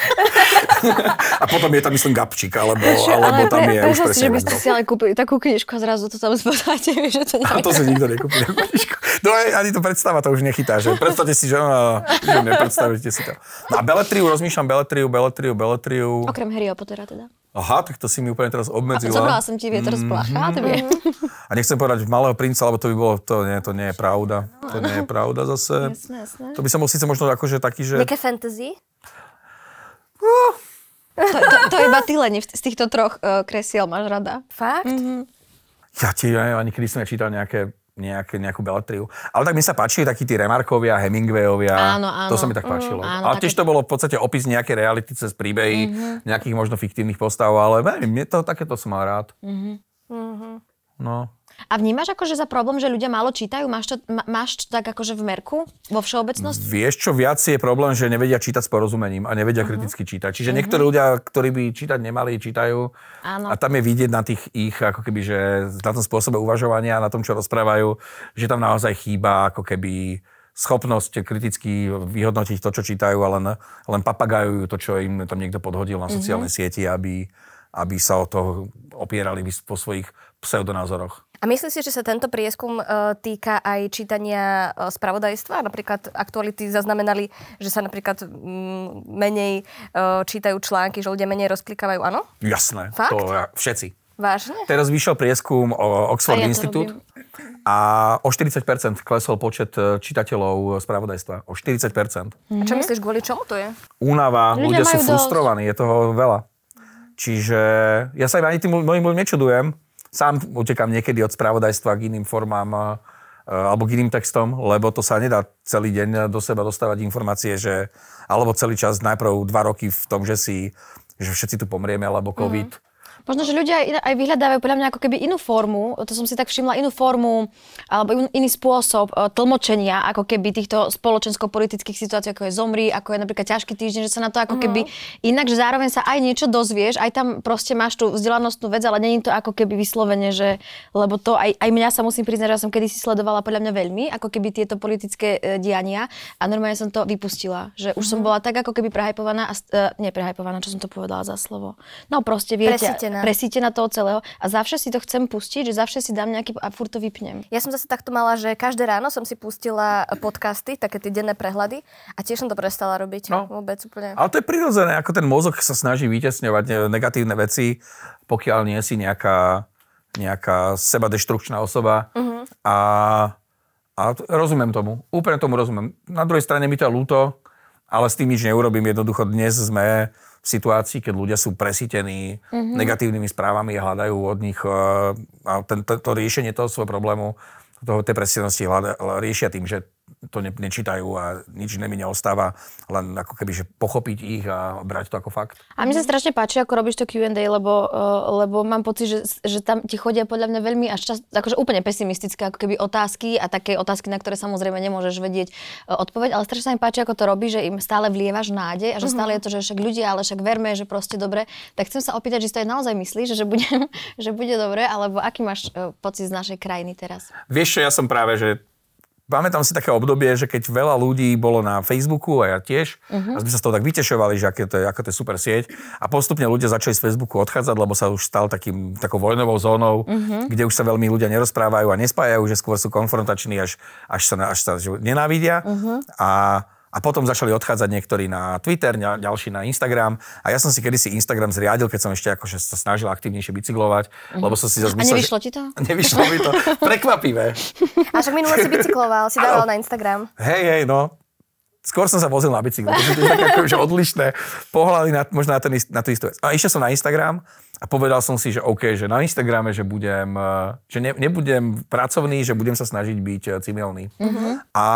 Speaker 3: [LAUGHS] a potom je tam, myslím, Gabčík, alebo, alebo tam
Speaker 1: predstav si,
Speaker 3: je už
Speaker 1: že
Speaker 3: presne
Speaker 1: by
Speaker 3: jedno.
Speaker 1: ste si ale kúpili takú knižku a zrazu to tam zbadáte, [LAUGHS] že to
Speaker 3: A
Speaker 1: nie
Speaker 3: to si nikto nekúpi. [LAUGHS] na knižku. No aj- ani to predstava to už nechytá. Že? Predstavte si, že, no, že nepredstavíte si to. No a Beletriu, rozmýšľam Beletriu, Beletriu, Beletriu.
Speaker 1: Okrem Harryho Pottera teda.
Speaker 3: Aha, tak to si mi úplne teraz obmedzila.
Speaker 1: Zobrala som ti vietor z
Speaker 3: Mhm.
Speaker 1: placha, to vie.
Speaker 3: A nechcem povedať malého princa, lebo to by bolo, to nie, to nie je pravda. To nie je pravda zase.
Speaker 1: No. Jasné, jasné.
Speaker 3: To by som bol síce možno akože taký,
Speaker 1: No.
Speaker 3: že...
Speaker 2: Nejaké fantasy?
Speaker 1: To, to, to iba ty len z týchto troch uh, kresiel máš rada.
Speaker 2: Fakt?
Speaker 1: Mhm.
Speaker 2: Mm-hmm.
Speaker 3: Ja ti neviem, ani kedy som nečítal nejaké, nejaké, nejakú beletriu. Ale tak mi sa páčili takí tí Remarkovia, Hemingwayovia.
Speaker 1: Áno, áno. Mm,
Speaker 3: To sa mi tak páčilo.
Speaker 1: áno, Mhm.
Speaker 3: ale
Speaker 1: také-
Speaker 3: tiež to bolo v podstate opis nejakej reality cez príbehy, nejakých možno fiktívnych postav, ale neviem, mne to, takéto som mal rád.
Speaker 1: Mhm.
Speaker 3: No.
Speaker 1: A vnímaš akože za problém, že ľudia málo čítajú? Máš to, ma- máš to tak akože v merku? Vo všeobecnosti?
Speaker 3: Vieš, čo viac je problém, že nevedia čítať s porozumením a nevedia kriticky čítať. Čiže niektorí ľudia, ktorí by čítať nemali, čítajú.
Speaker 1: Áno.
Speaker 3: A tam je vidieť na tých ich, ako keby, že na tom spôsobe uvažovania, na tom, čo rozprávajú, že tam naozaj chýba ako keby schopnosť kriticky vyhodnotiť to, čo čítajú a len, len papagajujú to, čo im tam niekto podhodil na sociálnej sieti, aby, aby sa o to opierali vys- po svojich pseudonázoroch.
Speaker 2: A myslíš si, že sa tento prieskum eh, týka aj čítania eh, spravodajstva? Napríklad aktuality zaznamenali, že sa napríklad mm, menej eh, čítajú články, že ľudia menej rozklikávajú. Áno?
Speaker 3: Jasné,
Speaker 2: Fakt?
Speaker 3: to ja- všetci.
Speaker 2: Vážne?
Speaker 3: Teraz vyšiel prieskum o
Speaker 1: A
Speaker 3: Oxford
Speaker 1: ja to
Speaker 3: Institute a o 40% klesol počet e, čitateľov spravodajstva. O
Speaker 2: A
Speaker 3: 40%.
Speaker 1: Mhm.
Speaker 2: čo myslíš, kvôli čomu to je?
Speaker 3: Únava,
Speaker 1: Ľudia
Speaker 3: ľudia, sú
Speaker 1: majú dosť.
Speaker 3: frustrovaní, je toho veľa. Čiže ja sa im ani tým mojim ľuďom nečudujem. Sám utekám niekedy od spravodajstva k iným formám e, alebo k iným textom, lebo to sa nedá celý deň do seba dostávať informácie, že, alebo celý čas najprv dva roky v tom, že si že všetci tu pomrieme, alebo
Speaker 1: Mhm.
Speaker 3: COVID. Mm.
Speaker 1: Možno, že ľudia aj- aj vyhľadávajú podľa mňa ako keby inú formu, to som si tak všimla, inú formu alebo in- iný spôsob e, tlmočenia ako keby týchto spoločensko-politických situácií, ako je zomri, ako je napríklad ťažký týždeň, že sa na to ako keby inak, že zároveň sa aj niečo dozvieš, aj tam proste máš tú vzdelanostnú vec, ale není to ako keby vyslovene, že lebo to aj, aj mňa sa musím priznať, že som kedysi sledovala podľa mňa veľmi, ako keby tieto politické e, diania a normálne som to vypustila, že už som bola tak ako keby prehajpovaná, a, st- e, nie prehajpovaná, čo som to povedala za slovo. No proste viete,
Speaker 2: Presítená.
Speaker 1: presítená toho celého a zavše si to chcem pustiť, že zavše si dám nejaký a furt to vypnem.
Speaker 2: Ja som zase takto mala, že každé ráno som si pustila podcasty, také tie denné prehľady a tiež som to prestala robiť.
Speaker 3: No.
Speaker 2: No. Vôbec úplne.
Speaker 3: Ale to je prirodzené, ako ten mozog sa snaží vytesňovať ne- negatívne veci, pokiaľ nie si nejaká, nejaká sebadeštrukčná osoba. Uh-huh. A, a t- rozumiem tomu, úplne tomu rozumiem. Na druhej strane mi to je ľúto, ale s tým nič neurobím. Jednoducho dnes sme v situácii, keď ľudia sú presítení uh-huh. negatívnymi správami a hľadajú od nich e, a ten, to, to riešenie toho svojho problému, toho, tej presítenosti hľada, riešia tým, že to ne, nečítajú a nič iné mi neostáva, len ako keby, že pochopiť ich a brať to ako fakt.
Speaker 1: A mne sa strašne páči, ako robíš to Q&A, lebo, eh, lebo mám pocit, že, že tam ti chodia podľa mňa veľmi až čas, akože úplne pesimistické ako keby otázky a také otázky, na ktoré samozrejme nemôžeš vedieť eh, odpoveď, ale strašne sa mi páči, ako to robíš, že im stále vlievaš nádej a že stále je to, že však ľudia, ale však verme, že proste dobre. Tak chcem sa opýtať, že si to aj naozaj myslíš, že bude, [LAUGHS] že bude dobre, alebo aký máš eh, pocit z našej krajiny teraz?
Speaker 3: Vieš čo, ja som práve, že pamätám si také obdobie, že keď veľa ľudí bolo na Facebooku a ja tiež, uh-huh. a
Speaker 1: Mhm.
Speaker 3: sme sa z toho tak vytešovali, že aké to je, aká to je super sieť, a postupne ľudia začali z Facebooku odchádzať, lebo sa už stal takým, takou vojnovou zónou,
Speaker 1: Mhm.
Speaker 3: uh-huh. kde už sa veľmi ľudia nerozprávajú a nespájajú, že skôr sú konfrontační, až, až sa, až sa že nenávidia. Uh-huh.
Speaker 1: Mhm.
Speaker 3: A a potom začali odchádzať niektorí na Twitter, ďa- ďalší na Instagram. A ja som si kedysi Instagram zriadil, keď som ešte akože sa snažil aktívnejšie bicyklovať, lebo som si
Speaker 1: Mhm.
Speaker 3: zase
Speaker 1: A
Speaker 3: myslel, že-
Speaker 1: nevyšlo ti to?
Speaker 3: Nevyšlo mi to. Prekvapivé.
Speaker 2: A však minule si bicykloval, si dával na Instagram.
Speaker 3: Hej, hej, no. Skôr som sa vozil na bicykli, takže to je také akože odlišné pohľady na, možno na, ten, ist- na tú istú vec. A išiel som na Instagram a povedal som si, že OK, že na Instagrame, že budem, eh, že ne, nebudem pracovný, že budem sa snažiť byť eh, civilný. Mm-hmm. A,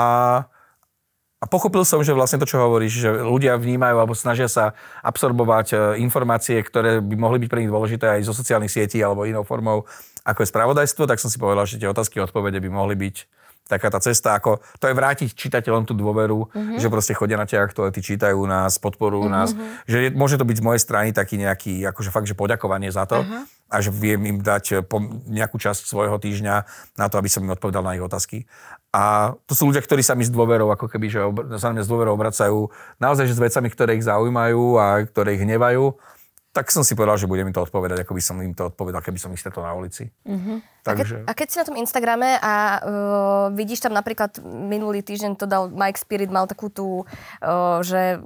Speaker 3: a pochopil som, že vlastne to, čo hovoríš, že ľudia vnímajú alebo snažia sa absorbovať eh, informácie, ktoré by mohli byť pre nich dôležité aj zo sociálnych sietí alebo inou formou, ako je spravodajstvo, tak som si povedal, že tie otázky a odpovede by mohli byť taká tá cesta, ako to je vrátiť čitateľom tú dôveru, mm-hmm. že proste chodia na tie aktuality, čítajú nás, podporujú mm-hmm. nás, že je, môže to byť z mojej strany taký nejaký, akože fakt, že poďakovanie za to uh-huh. a že viem im dať eh, pom- nejakú časť svojho týždňa na to, aby som im odpovedal na ich otázky. A to sú ľudia, ktorí sa mi s dôverou, ako keby, že obr- sa na mňa s dôverou obracajú naozaj, že s vecami, ktoré ich zaujímajú a ktoré ich hnevajú, tak som si povedal, že budem im to odpovedať, ako by som im to odpovedal, keby som ich stretol na ulici.
Speaker 2: A keď,
Speaker 3: Mm-hmm. Takže...
Speaker 2: a keď si na tom Instagrame a uh, vidíš tam napríklad minulý týždeň to dal Mike Spirit, mal takú tú, uh, že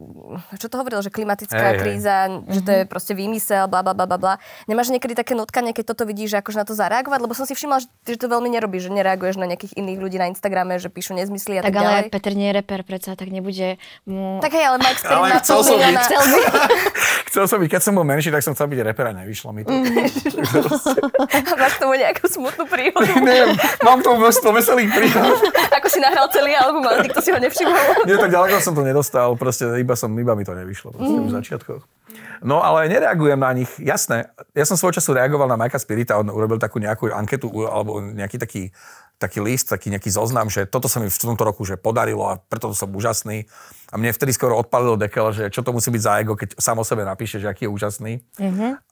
Speaker 2: čo to hovoril, že klimatická
Speaker 3: Hej, hej.
Speaker 2: hey, kríza, hey. že to je proste výmysel, bla bla bla bla bla. Nemáš niekedy také nutkanie, keď toto vidíš, že akože na to zareagovať? Lebo som si všimla, že, že to veľmi nerobíš, že nereaguješ na nejakých iných ľudí na Instagrame, že píšu nezmysly a tak,
Speaker 1: Tak ale
Speaker 2: ďalej.
Speaker 1: Peter nie je reper, predsa tak nebude mu...
Speaker 2: Tak hej, ale Mike Spirit
Speaker 3: No. Ale
Speaker 2: má
Speaker 3: chcel som
Speaker 2: pol milióna-
Speaker 3: byť.
Speaker 2: chcel byť.
Speaker 3: Chcel som byť, keď som bol menší, tak som chcel byť reper a nevyšlo mi to.
Speaker 2: [LAUGHS] A Máš k tomu nejakú smutnú príhodu?
Speaker 3: [LAUGHS]
Speaker 2: [LAUGHS]
Speaker 3: Neviem, mám k tomu množstvo veselých príhod.
Speaker 2: Ako si nahral celý album, ale nikto si ho nevšimol.
Speaker 3: Nie, tak ďaleko som to nedostal, proste iba, som, iba mi to nevyšlo proste v začiatkoch. No ale nereagujem na nich, jasné. Ja som svojho času reagoval na Majka Spirita, on urobil takú nejakú anketu u- alebo nejaký taký, taký list, taký nejaký zoznam, že toto sa mi v tomto roku že podarilo a preto som úžasný. A mne vtedy skoro odpalilo dekel, že čo to musí byť za ego, keď sám o sebe napíše, že aký je úžasný.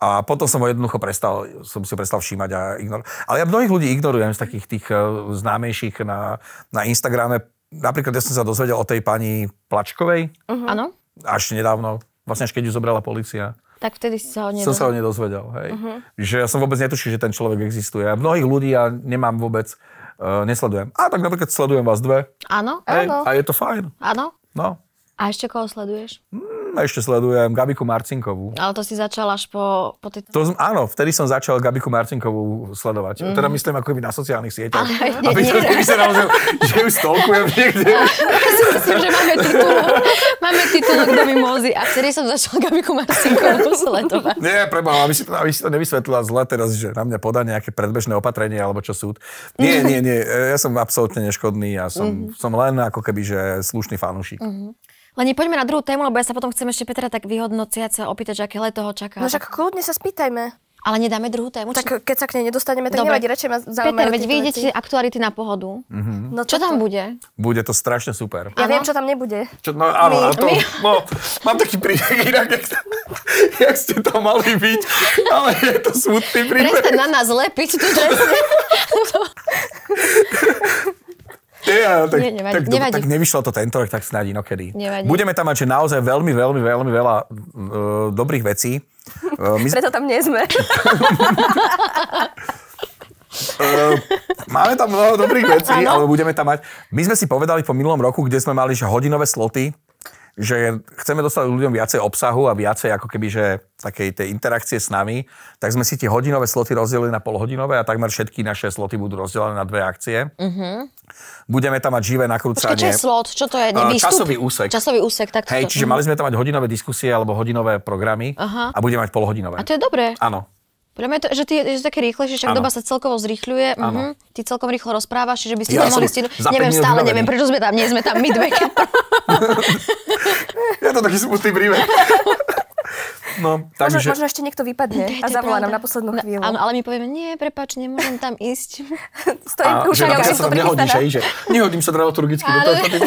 Speaker 3: A potom som ho jednoducho prestal, som si ho prestal všímať a ignor. Ale ja mnohých ľudí ignorujem z takých tých eh, známejších na, na Instagrame. Napríklad ja som sa dozvedel o tej pani Plačkovej
Speaker 2: Mhm.
Speaker 1: Áno?
Speaker 3: až nedávno, vlastne až keď ju zobrala policia.
Speaker 1: Tak vtedy si sa ho
Speaker 3: Som
Speaker 1: nedozvedel.
Speaker 3: sa o nej dozvedel, hej.
Speaker 1: Mhm.
Speaker 3: Uh-huh. Že ja som vôbec netušil, že ten človek existuje. A mnohých ľudí ja nemám vôbec, uh, nesledujem. A tak napríklad sledujem vás dve.
Speaker 1: Áno?
Speaker 3: Hej,
Speaker 2: Áno.
Speaker 3: a je to fajn.
Speaker 1: Áno?
Speaker 3: No.
Speaker 1: A ešte koho sleduješ?
Speaker 3: Hm, Ešte sledujem Gabiku Marcinkovú.
Speaker 1: Ale to si začal až po, po tej...
Speaker 3: To som, áno, vtedy som začal Gabiku Marcinkovú sledovať. Mm. Teda myslím ako keby na sociálnych sieťach.
Speaker 1: Mhm. Ale nie,
Speaker 3: aby to
Speaker 1: nie.
Speaker 3: nevyzeralo, že, že ju stalkujem niekde.
Speaker 1: [LAUGHS] Ja si [LAUGHS] myslím, že máme titul. Máme titul, kto mi mozí. A vtedy som začala Gabiku Marcinkovú sledovať.
Speaker 3: Nie, preboha, aby si, aby si to nevysvetlila zle teraz, že na mňa podá nejaké predbežné opatrenie alebo čo súd. Nie, nie, nie, e, ja som absolútne neškodný, ja som,
Speaker 1: Mhm.
Speaker 3: mm. som len ako keby, že slušný fanúšik. Mm.
Speaker 1: Len poďme na druhú tému, lebo ja sa potom chcem ešte Petra tak vyhodnociať sa opýtať, že aké leto ho čaká.
Speaker 2: No však kľudne sa spýtajme.
Speaker 1: Ale nedáme druhú tému? či-
Speaker 2: Tak keď sa k nej nedostaneme, tak nevadí, radšej ma
Speaker 1: Peter,
Speaker 2: zaujímajú
Speaker 1: veď
Speaker 2: tieto
Speaker 1: vy idete
Speaker 2: veci.
Speaker 1: aktuality na pohodu.
Speaker 3: Hm.
Speaker 2: No
Speaker 1: Čo
Speaker 2: to-
Speaker 1: tam bude?
Speaker 3: Bude to strašne super.
Speaker 2: Ja
Speaker 1: Áno.
Speaker 2: viem, čo tam nebude.
Speaker 3: Čo, no áno,
Speaker 1: My-
Speaker 3: a to,
Speaker 1: my-
Speaker 3: no, mám taký príbeh inak, jak, to- jak ste to mali byť, ale je to smutný príbeh.
Speaker 1: Prestaň na nás lepiť. tu presne.
Speaker 3: Nie, ale tak,
Speaker 1: Nie, nevadí,
Speaker 3: tak,
Speaker 1: nevadí.
Speaker 3: tak nevyšlo to tento rok, tak snáď inokedy.
Speaker 1: Nevadí.
Speaker 3: Budeme tam mať že naozaj veľmi, veľmi, veľmi veľa uh, dobrých vecí. Uh, my,
Speaker 2: Preto tam nie sme.
Speaker 3: uh, máme tam mnoho dobrých vecí, ale budeme tam mať... My sme si povedali po minulom roku, kde sme mali že hodinové sloty, že chceme dostať ľuďom viacej obsahu a viacej ako keby, že takej tej interakcie s nami, tak sme si tie hodinové sloty rozdelili na polhodinové a takmer všetky naše sloty budú rozdelené na dve akcie. Budeme tam mať živé
Speaker 1: Mhm. Počkaj, čo
Speaker 3: nakrúcanie.
Speaker 1: je slot? Čo to je?
Speaker 3: A,
Speaker 1: Výstup?
Speaker 3: časový úsek.
Speaker 1: Časový úsek, tak
Speaker 3: Hej, čiže mali sme tam mať hodinové diskusie alebo hodinové programy
Speaker 1: Aha.
Speaker 3: a budeme mať
Speaker 1: A
Speaker 3: polhodinové.
Speaker 1: to je dobré.
Speaker 3: Áno.
Speaker 1: Podľa mňa je to, že ty je to také rýchlejšie, však
Speaker 3: Áno.
Speaker 1: doba sa celkovo zrýchľuje. Mhm. Ty celkom rýchlo rozprávaš, že by ste
Speaker 3: Ja
Speaker 1: to mohli
Speaker 3: som
Speaker 1: stihnúť.
Speaker 3: za päť
Speaker 1: Neviem,
Speaker 3: minút
Speaker 1: stále
Speaker 3: vybavený.
Speaker 1: neviem, prečo sme tam, nie sme tam my dve.
Speaker 2: [LAUGHS]
Speaker 3: Je to taký smutný
Speaker 1: [LAUGHS]
Speaker 3: príbeh. No,
Speaker 2: Možno,
Speaker 3: takže...
Speaker 2: možno ešte niekto vypadne
Speaker 1: To
Speaker 2: a
Speaker 1: je
Speaker 2: zavolá nám
Speaker 1: pravda.
Speaker 2: na poslednú
Speaker 1: No,
Speaker 2: chvíľu.
Speaker 1: Áno, ale my povieme, nie, prepač, nemôžem tam ísť. [LAUGHS]
Speaker 2: Stojím už,
Speaker 3: že
Speaker 2: ja už som to
Speaker 3: napríklad sa
Speaker 2: teda.
Speaker 3: tam nehodíš,
Speaker 2: prichystaná.
Speaker 3: hej, že nehodím sa dramaturgicky do
Speaker 1: Áno.
Speaker 3: tohto typu.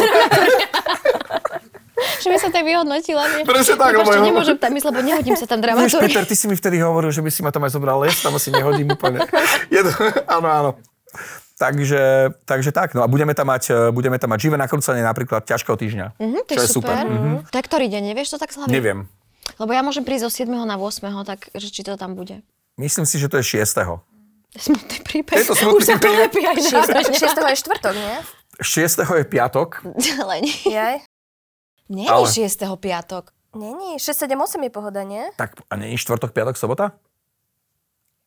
Speaker 1: že by sa tak vyhodnotila. Nie?
Speaker 3: Presne tak,
Speaker 1: Prepačte,
Speaker 3: lebo-
Speaker 1: nemôžem tam ísť, lebo nehodím sa tam
Speaker 3: Vieš, Peter,
Speaker 1: dramaturgicky.
Speaker 3: ty si mi vtedy hovoril, že by si ma tam aj zobral les, tam asi nehodím úplne. Je to, áno, áno. Takže, takže tak, no a budeme tam mať, eh, budeme tam mať živé nakrúcanie napríklad ťažkého týždňa,
Speaker 1: Mhm, to je
Speaker 3: čo je
Speaker 1: super.
Speaker 3: super.
Speaker 1: Mhm. To je ktorý deň, nevieš to tak slavne?
Speaker 3: Neviem,
Speaker 1: Lebo ja môžem prísť zo 7. na 8. tak že či to tam bude.
Speaker 3: myslím si, že to je 6.
Speaker 1: Smutný príbeh.
Speaker 3: Je to
Speaker 1: Už
Speaker 3: smutný
Speaker 1: sa to
Speaker 3: príbeh.
Speaker 1: lepí aj na [LAUGHS]
Speaker 2: [LAUGHS] 6. je štvrtok, nie?
Speaker 3: 6. je piatok,
Speaker 1: Ale nie,
Speaker 2: Jaj.
Speaker 1: nie
Speaker 3: Ale-
Speaker 1: je 6. piatok.
Speaker 2: Není, 6, 7, 8 je pohoda, nie?
Speaker 3: tak a nie je štvrtok, piatok, sobota?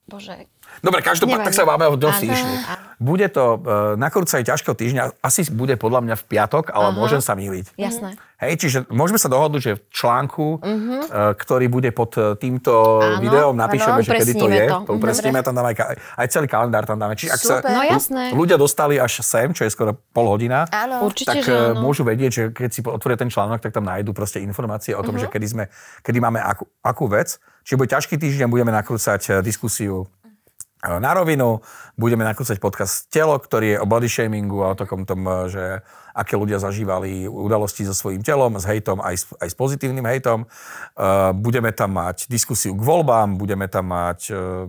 Speaker 1: Bože.
Speaker 3: Dobre, každopádne,
Speaker 1: Nevadí.
Speaker 3: tak sa máme o dosť
Speaker 1: Áno.
Speaker 3: išli. Bude to e, nakrúcanie ťažkého týždňa, asi bude podľa mňa v piatok, ale Aha. môžem sa míliť.
Speaker 2: Mhm.
Speaker 1: Jasné.
Speaker 3: Hej, čiže môžeme sa dohodnúť, že v článku, uh-huh. ktorý bude pod e, týmto
Speaker 1: Mhm. Áno,
Speaker 3: áno, videom,
Speaker 1: áno,
Speaker 3: napíšeme, že kedy to
Speaker 1: upresníme
Speaker 3: je.
Speaker 1: to.
Speaker 3: To upresníme, tam dáme aj, ka- aj celý kalendár tam dáme. Čiže ak sa
Speaker 2: Super.
Speaker 1: No
Speaker 2: No
Speaker 1: jasné.
Speaker 3: ľudia dostali až sem, čo je skoro pol hodina,
Speaker 2: Áno.
Speaker 1: Určite,
Speaker 3: tak
Speaker 1: že
Speaker 3: e,
Speaker 1: áno.
Speaker 3: môžu vedieť, že keď si po- otvoria ten článok, tak tam nájdú proste informácie o tom,
Speaker 1: Mhm.
Speaker 3: že kedy, sme, kedy máme akú, akú vec. Čiže bude ťažký týždeň, budeme nakrúcať e, eh, diskusiu na rovinu. Budeme nakrúcať podcast Telo, ktorý je o body shamingu a o takom tom, eh, že aké ľudia zažívali udalosti so svojím telom, s hejtom, aj s, aj s pozitívnym hejtom. Uh, budeme tam mať diskusiu k voľbám, budeme tam mať uh,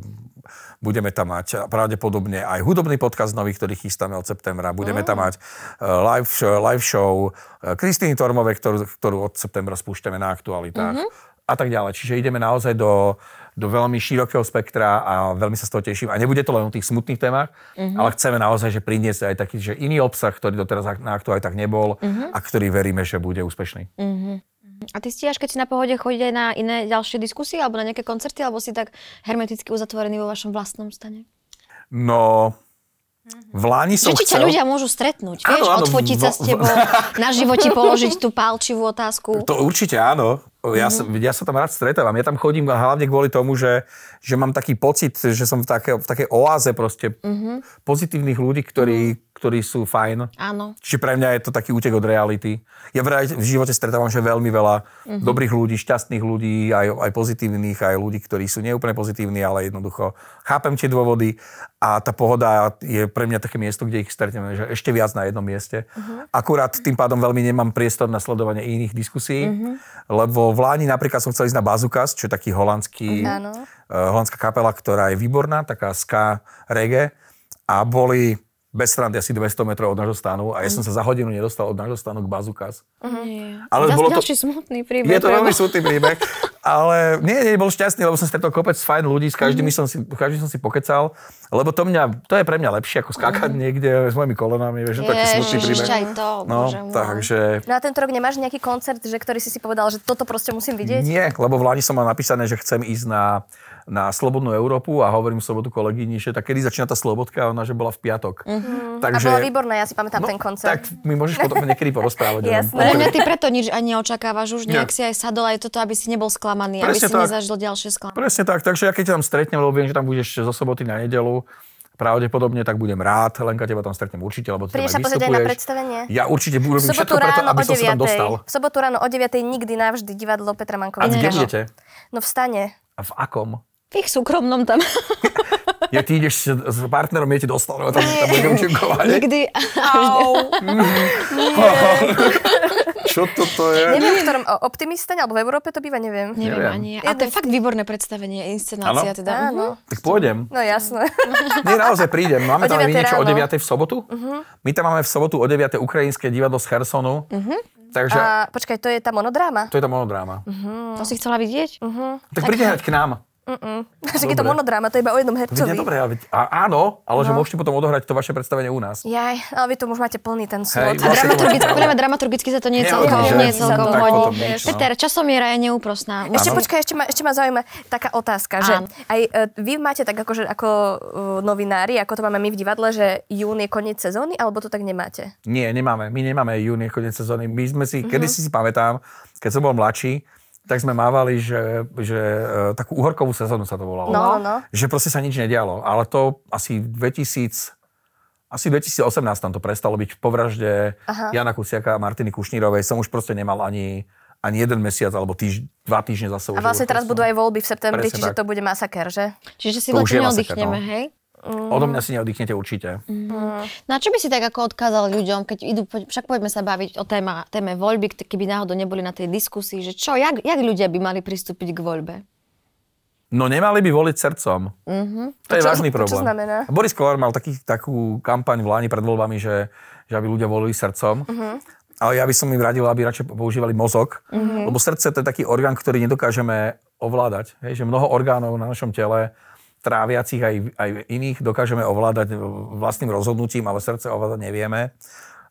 Speaker 3: budeme tam mať pravdepodobne aj hudobný podcast nový, ktorý chystáme od septembra. Budeme tam mať uh, live, sh- live show uh, Kristýny Tormovej, ktorú, ktorú od septembra spúšťame na aktualitách.
Speaker 1: Mhm.
Speaker 3: A tak ďalej. Čiže ideme naozaj do, do veľmi širokého spektra a veľmi sa z toho teším. A nebude to len o tých smutných témach,
Speaker 1: Mhm.
Speaker 3: ale chceme naozaj, že priniesť aj taký že iný obsah, ktorý doteraz ak- na aktualitách nebol
Speaker 1: Mhm.
Speaker 3: a ktorý veríme, že bude úspešný.
Speaker 1: A ty stíhaš, keď si na pohode chodiť aj na iné ďalšie diskusie alebo na nejaké koncerty, alebo si tak hermeticky uzatvorený vo vašom vlastnom stane?
Speaker 3: No, v Láni som
Speaker 1: Že či ťa
Speaker 3: chcel...
Speaker 1: ľudia môžu stretnúť, vieš,
Speaker 3: áno,
Speaker 1: odfotiť sa
Speaker 3: vo-
Speaker 1: s tebou,
Speaker 3: [LAUGHS]
Speaker 1: na živote položiť tú pálčivú otázku.
Speaker 3: To určite áno. Ja, som, ja sa tam rád stretávam. Ja tam chodím hlavne kvôli tomu, že, že mám taký pocit, že som v, také, v takej oáze proste pozitívnych ľudí, ktorí, ktorí sú fajn.
Speaker 1: Áno.
Speaker 3: Čiže pre mňa je to taký útek od reality. Ja vraj v živote stretávam že veľmi veľa dobrých ľudí, šťastných ľudí, aj, aj pozitívnych, aj ľudí, ktorí sú neúplne pozitívni, ale jednoducho chápem tie dôvody a tá pohoda je pre mňa také miesto, kde ich stretneme, že ešte viac na jednom mieste. Akurát tým pádom veľmi nemám priestor na sledovanie iných diskusí, lebo v Láni napríklad som chcel ísť na Bazukas, čo je taký holandský,
Speaker 2: Áno.
Speaker 3: eh, holandská kapela, ktorá je výborná, taká ska reggae a boli bez strandy asi 200 metrov od nášho stanu a ja som sa za hodinu nedostal od nášho stanu k Bazukas.
Speaker 1: Mhm.
Speaker 3: Ale
Speaker 1: Zas
Speaker 3: bolo to-
Speaker 1: ďalší smutný príbeh.
Speaker 3: Je to
Speaker 1: lebo-
Speaker 3: veľmi smutný príbeh, ale nie, nie, bol šťastný, lebo som stretol kopec fajn ľudí, s každým
Speaker 1: Mhm.
Speaker 3: som si, každý som si pokecal, lebo to, mňa, to je pre mňa lepšie, ako skákať niekde s mojimi kolenami, vieš, že taký
Speaker 1: Mhm. Ježiš,
Speaker 3: smutný príbeh.
Speaker 1: ešte aj to,
Speaker 3: No,
Speaker 1: bože môj.
Speaker 3: takže
Speaker 2: No a tento rok nemáš nejaký koncert, že ktorý si si povedal, že toto proste musím vidieť?
Speaker 3: nie, lebo v Lani som mal napísané, že chcem ísť na, na Slobodnú Európu a hovorím v sobotu kolegyni, že tak kedy začína tá slobodka, a ona že bola v piatok.
Speaker 1: Mhm.
Speaker 2: A
Speaker 3: Takže,
Speaker 2: bola výborná, ja si pamätám
Speaker 3: no,
Speaker 2: ten koncert.
Speaker 3: Tak mi môžeš
Speaker 2: [LAUGHS]
Speaker 3: potom niekedy porozprávať. neviem.
Speaker 2: Jasné.
Speaker 1: Podľa mňa ty preto nič ani neočakávaš už,
Speaker 3: Nie.
Speaker 1: nejak si aj sadol aj toto, aby si nebol sklamaný, aby si
Speaker 3: Presne tak.
Speaker 1: nezažil ďalšie sklamanie.
Speaker 3: Presne tak, takže ja keď ťa tam stretnem, lebo viem, že tam budeš zo soboty na nedelu, pravdepodobne tak budem rád, Lenka, teba tam stretnem určite, lebo ty
Speaker 2: Prídeš
Speaker 3: tam
Speaker 2: sa pozrieť aj na
Speaker 3: vystupuješ.
Speaker 2: predstavenie?
Speaker 3: Ja určite
Speaker 2: V
Speaker 3: bu- urobím
Speaker 2: sobotu
Speaker 3: všetko preto,
Speaker 2: ráno
Speaker 3: aby
Speaker 2: o
Speaker 3: som sa tam
Speaker 2: 9.
Speaker 3: dostal.
Speaker 2: V sobotu ráno o 9. nikdy navždy divadlo Petra
Speaker 3: A kde
Speaker 2: Mankovického.
Speaker 3: budete?
Speaker 2: No vstane.
Speaker 3: A v akom?
Speaker 1: V ich súkromnom tam
Speaker 3: Ja ty ideš s- s partnerom, ja ti dostanú a tam, tam budem činkovať.
Speaker 1: nikdy...
Speaker 2: [LAUGHS]
Speaker 3: Čo toto je?
Speaker 2: Neviem, v ktorom o, optimistane, alebo v Európe to býva, neviem.
Speaker 1: Neviem
Speaker 3: Neviem.
Speaker 1: ani. A to je fakt výborné predstavenie, inscenácia
Speaker 3: Áno?
Speaker 1: teda. Mhm.
Speaker 2: Áno.
Speaker 3: Tak pôjdem.
Speaker 2: No
Speaker 3: [LAUGHS]
Speaker 2: jasné.
Speaker 3: Nie, naozaj
Speaker 2: [LAUGHS]
Speaker 3: prídem. Máme
Speaker 2: O
Speaker 3: tam aj
Speaker 2: 9:00
Speaker 3: niečo o
Speaker 2: ráno. Mhm.
Speaker 3: 9. v sobotu? My tam máme v sobotu o 9. ukrajinské divadlo z Hersonu. Takže
Speaker 2: Mhm. A Mhm. počkaj, to je tá monodráma?
Speaker 3: to je tá monodráma.
Speaker 1: Mhm. To si chcela vidieť?
Speaker 3: Tak príde hrať k nám.
Speaker 2: [LAUGHS] Že je to
Speaker 3: Dobre.
Speaker 2: monodráma, to je iba o jednom hercovi.
Speaker 3: Veď je dobré, ale veď- a, áno,
Speaker 2: No.
Speaker 3: ale že môžete potom odohrať to vaše predstavenie u nás.
Speaker 2: Jaj, ale vy to už máte plný ten
Speaker 3: Hej,
Speaker 1: A
Speaker 2: slot.
Speaker 3: vlastne to
Speaker 1: dramaturgicky,
Speaker 3: máte
Speaker 1: podľa mňa dramaturgicky sa to nie je
Speaker 3: Nie,
Speaker 1: celkom,
Speaker 2: nie,
Speaker 1: nie je
Speaker 2: že
Speaker 1: celkom
Speaker 2: sa to
Speaker 1: hodí.
Speaker 2: potom nič,
Speaker 3: no.
Speaker 1: Peter, časomiera je neúprosná.
Speaker 2: Ešte
Speaker 3: Áno.
Speaker 2: počkaj, ešte ma, ešte ma zaujíma taká otázka, že
Speaker 1: Áno.
Speaker 2: aj e, vy máte tak akože ako e, novinári, ako to máme my v divadle, že jún je koniec sezóny, alebo to tak nemáte?
Speaker 3: Nie, nemáme. My nemáme júni, koniec sezóny. My sme
Speaker 2: Mhm.
Speaker 3: si, mm-hmm. kedysi si pamätám, keď som bol mladší, tak sme mávali, že, že e, takú uhorkovú sezónu sa to volalo.
Speaker 2: No, no, no.
Speaker 3: Že proste sa nič nedialo. Ale to asi 2000, asi 2018 tam to prestalo byť po vražde Aha. Jana Kusiaka a Martiny Kušnírovej. Som už proste nemal ani, ani jeden mesiac alebo týž, dva týždne za
Speaker 2: A
Speaker 3: sebou.
Speaker 2: vlastne teraz budú aj voľby v septembri,
Speaker 3: Presne
Speaker 2: čiže
Speaker 3: tak.
Speaker 2: to bude masaker, že?
Speaker 1: Čiže si v
Speaker 3: To už
Speaker 1: lete
Speaker 3: je
Speaker 1: neoddychneme,
Speaker 3: masaker, no.
Speaker 1: hej?
Speaker 3: Odo mňa si neoddychnete určite.
Speaker 1: Na čo by si tak ako odkázal ľuďom, keď idú, poď- však poďme sa baviť o téma, téme voľby, kt- keby náhodou neboli na tej diskusii, že čo, jak, jak ľudia by mali pristúpiť k voľbe?
Speaker 3: No nemali by voliť srdcom. Mm-hmm. To je
Speaker 2: To Mhm. čo-
Speaker 3: vážny
Speaker 2: to čo
Speaker 3: problém.
Speaker 2: znamená?
Speaker 3: Boris Kolár mal taký, takú kampaň v Láni pred voľbami, že, že aby ľudia volili srdcom.
Speaker 2: Mhm.
Speaker 3: Mm-hmm. Ale ja by som im radil, aby radšej používali mozog,
Speaker 2: Mhm.
Speaker 3: mm-hmm. lebo srdce to je taký orgán, ktorý nedokážeme ovládať. Hej, že mnoho orgánov na našom tele, tráviacich aj, aj iných, dokážeme ovládať vlastným rozhodnutím, ale srdce ovládať nevieme.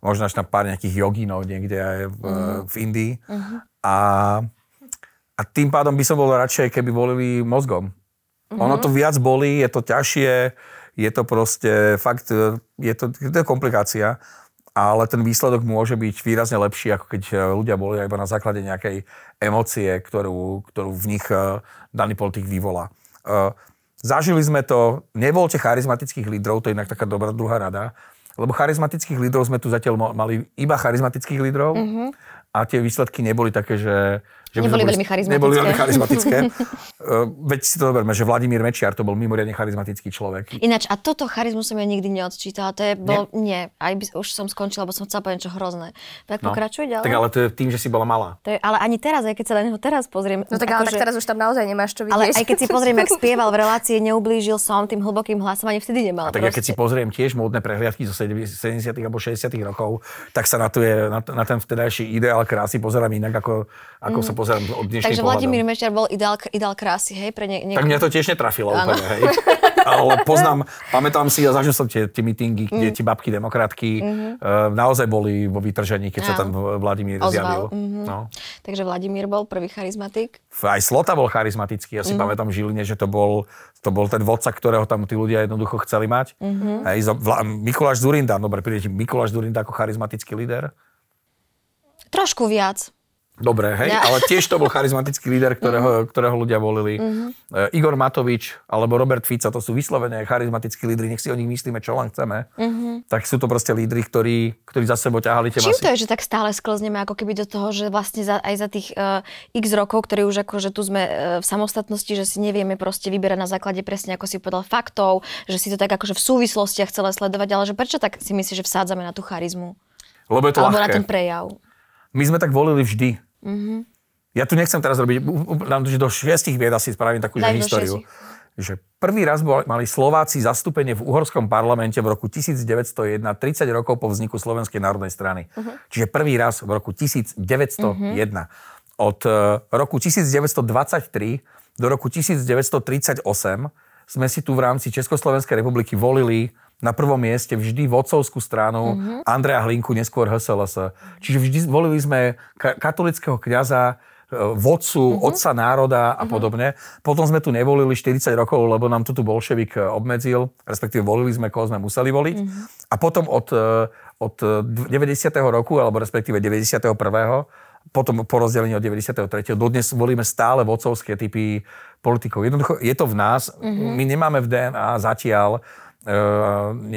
Speaker 3: Možno až na pár nejakých jogínov niekde aj v,
Speaker 2: Mhm.
Speaker 3: mm-hmm. v Indii. Mm-hmm. A a tým pádom by som bol radšej, keby volili mozgom. Mm-hmm. Ono to viac bolí, je to ťažšie, je to proste fakt, e, je to, je to komplikácia, ale ten výsledok môže byť výrazne lepší, ako keď e, ľudia boli iba na základe nejakej emócie, ktorú, ktorú v nich e, daný politik vyvolá. E, Zažili sme to, nevolte charizmatických lídrov, to je inak taká dobrá druhá rada, lebo charizmatických lídrov sme tu zatiaľ mo- mali iba charizmatických lídrov a tie výsledky neboli také, že... že
Speaker 1: Neboli
Speaker 3: by sme boli-
Speaker 1: veľmi charizmatické.
Speaker 3: Neboli veľmi
Speaker 1: [LAUGHS]
Speaker 3: charizmatické. Eh, Veď si to zoberme, že Vladimír Mečiar to bol mimoriadne charizmatický človek.
Speaker 1: Ináč, a toto charizmu som ja nikdy neodčítala, to je bol, nie, aj by, už som skončila, bo som chcela povedať niečo hrozné. Tak pokračuj ďalej.
Speaker 3: No. Tak ale to je tým, že si bola malá.
Speaker 1: To je, ale ani teraz, aj keď sa na neho teraz pozriem.
Speaker 2: No tak ale
Speaker 1: akože-
Speaker 2: tak teraz už tam naozaj nemáš čo vidieť.
Speaker 1: Ale aj keď si pozriem, ak spieval v relácii, neublížil som tým hlbokým hlasom, ani vtedy nemal.
Speaker 3: A tak ja keď si pozriem tiež módne prehliadky zo 70. alebo 60. rokov, tak sa na, tu je, na, na ten vtedajší ideál krásy pozerám inak, ako, ako mm. sa pozerám od dnešných
Speaker 1: Takže Vladimír Mečiar bol ideál, ideál krásy, hej, pre nie, nie...
Speaker 3: Tak mňa to tiež netrafilo úplne, hej. Ale
Speaker 1: [LAUGHS]
Speaker 3: poznám, pamätám si a zažil som tie, tie meetingy, kde mm. ti babky demokratky mm-hmm. naozaj boli vo vytržení, keď sa
Speaker 1: Mhm. Áno.
Speaker 3: tam Vladimír
Speaker 1: Ozval,
Speaker 3: zjavil.
Speaker 1: mhm.
Speaker 3: No.
Speaker 1: Takže Vladimír bol prvý charizmatik.
Speaker 3: Aj Slota bol charizmatický, ja
Speaker 1: Mhm.
Speaker 3: si mm-hmm. pamätám v Žiline, že to bol, to bol ten vodca, ktorého tam tí ľudia jednoducho chceli mať.
Speaker 1: Mhm.
Speaker 3: Mm-hmm. Hej, zo- Vla, Mikuláš Zurinda, dobre, príde ti Mikuláš Zurinda ako charizmatický líder.
Speaker 1: Trošku viac.
Speaker 3: Dobre, hej,
Speaker 1: Ja- Mhm.
Speaker 3: ale tiež to bol charizmatický líder, ktorého, ktorého ľudia volili. E, Igor Matovič alebo Robert Fica, to sú vyslovene charizmatickí lídry, nech si o nich myslíme, čo len chceme. Tak sú to proste lídry, ktorí, ktorí za sebou ťahali tie
Speaker 1: Mhm. Čím
Speaker 3: masy.
Speaker 1: to je, že tak stále sklzneme ako keby do toho, že vlastne za, aj za tých uh, x rokov, ktorí už akože tu sme uh, v samostatnosti, že si nevieme proste vyberať na základe presne, ako si povedal, faktov, že si to tak akože v súvislostiach celé sledovať, ale že prečo tak si myslíš, že vsádzame na tú charizmu?
Speaker 3: Lebo je to
Speaker 1: Alebo
Speaker 3: ľahké.
Speaker 1: na ten prejav?
Speaker 3: My sme tak volili vždy. Ja tu nechcem teraz robiť, u- u- dám, že do šiestich vied asi spravím takú
Speaker 1: Daj
Speaker 3: že
Speaker 1: do
Speaker 3: históriu.
Speaker 1: šiestich.
Speaker 3: Že prvý raz bol, mali Slováci zastúpenie v uhorskom parlamente v roku 1901, 30 rokov po vzniku Slovenskej národnej strany.
Speaker 1: Uh-huh.
Speaker 3: Čiže prvý raz v roku 1901.
Speaker 1: Uh-huh.
Speaker 3: Od eh, roku 1923 do roku 1938 sme si tu v rámci Československej republiky volili na prvom mieste vždy vodcovskú stranu
Speaker 1: Uh-huh.
Speaker 3: Andreja Hlinku, neskôr HSLS. Čiže vždy volili sme ka- katolického kňaza, e, vodcu, otca národa a podobne. Potom sme tu nevolili 40 rokov, lebo nám tu tu bolševik e, obmedzil, respektíve volili sme, koho sme museli voliť. A potom od, e, od e, dv- 90. roku, alebo respektíve 91. Potom po rozdelení od 93. Dodnes volíme stále vodcovské typy politikov. Jednoducho je to v nás. My nemáme v DNA zatiaľ e,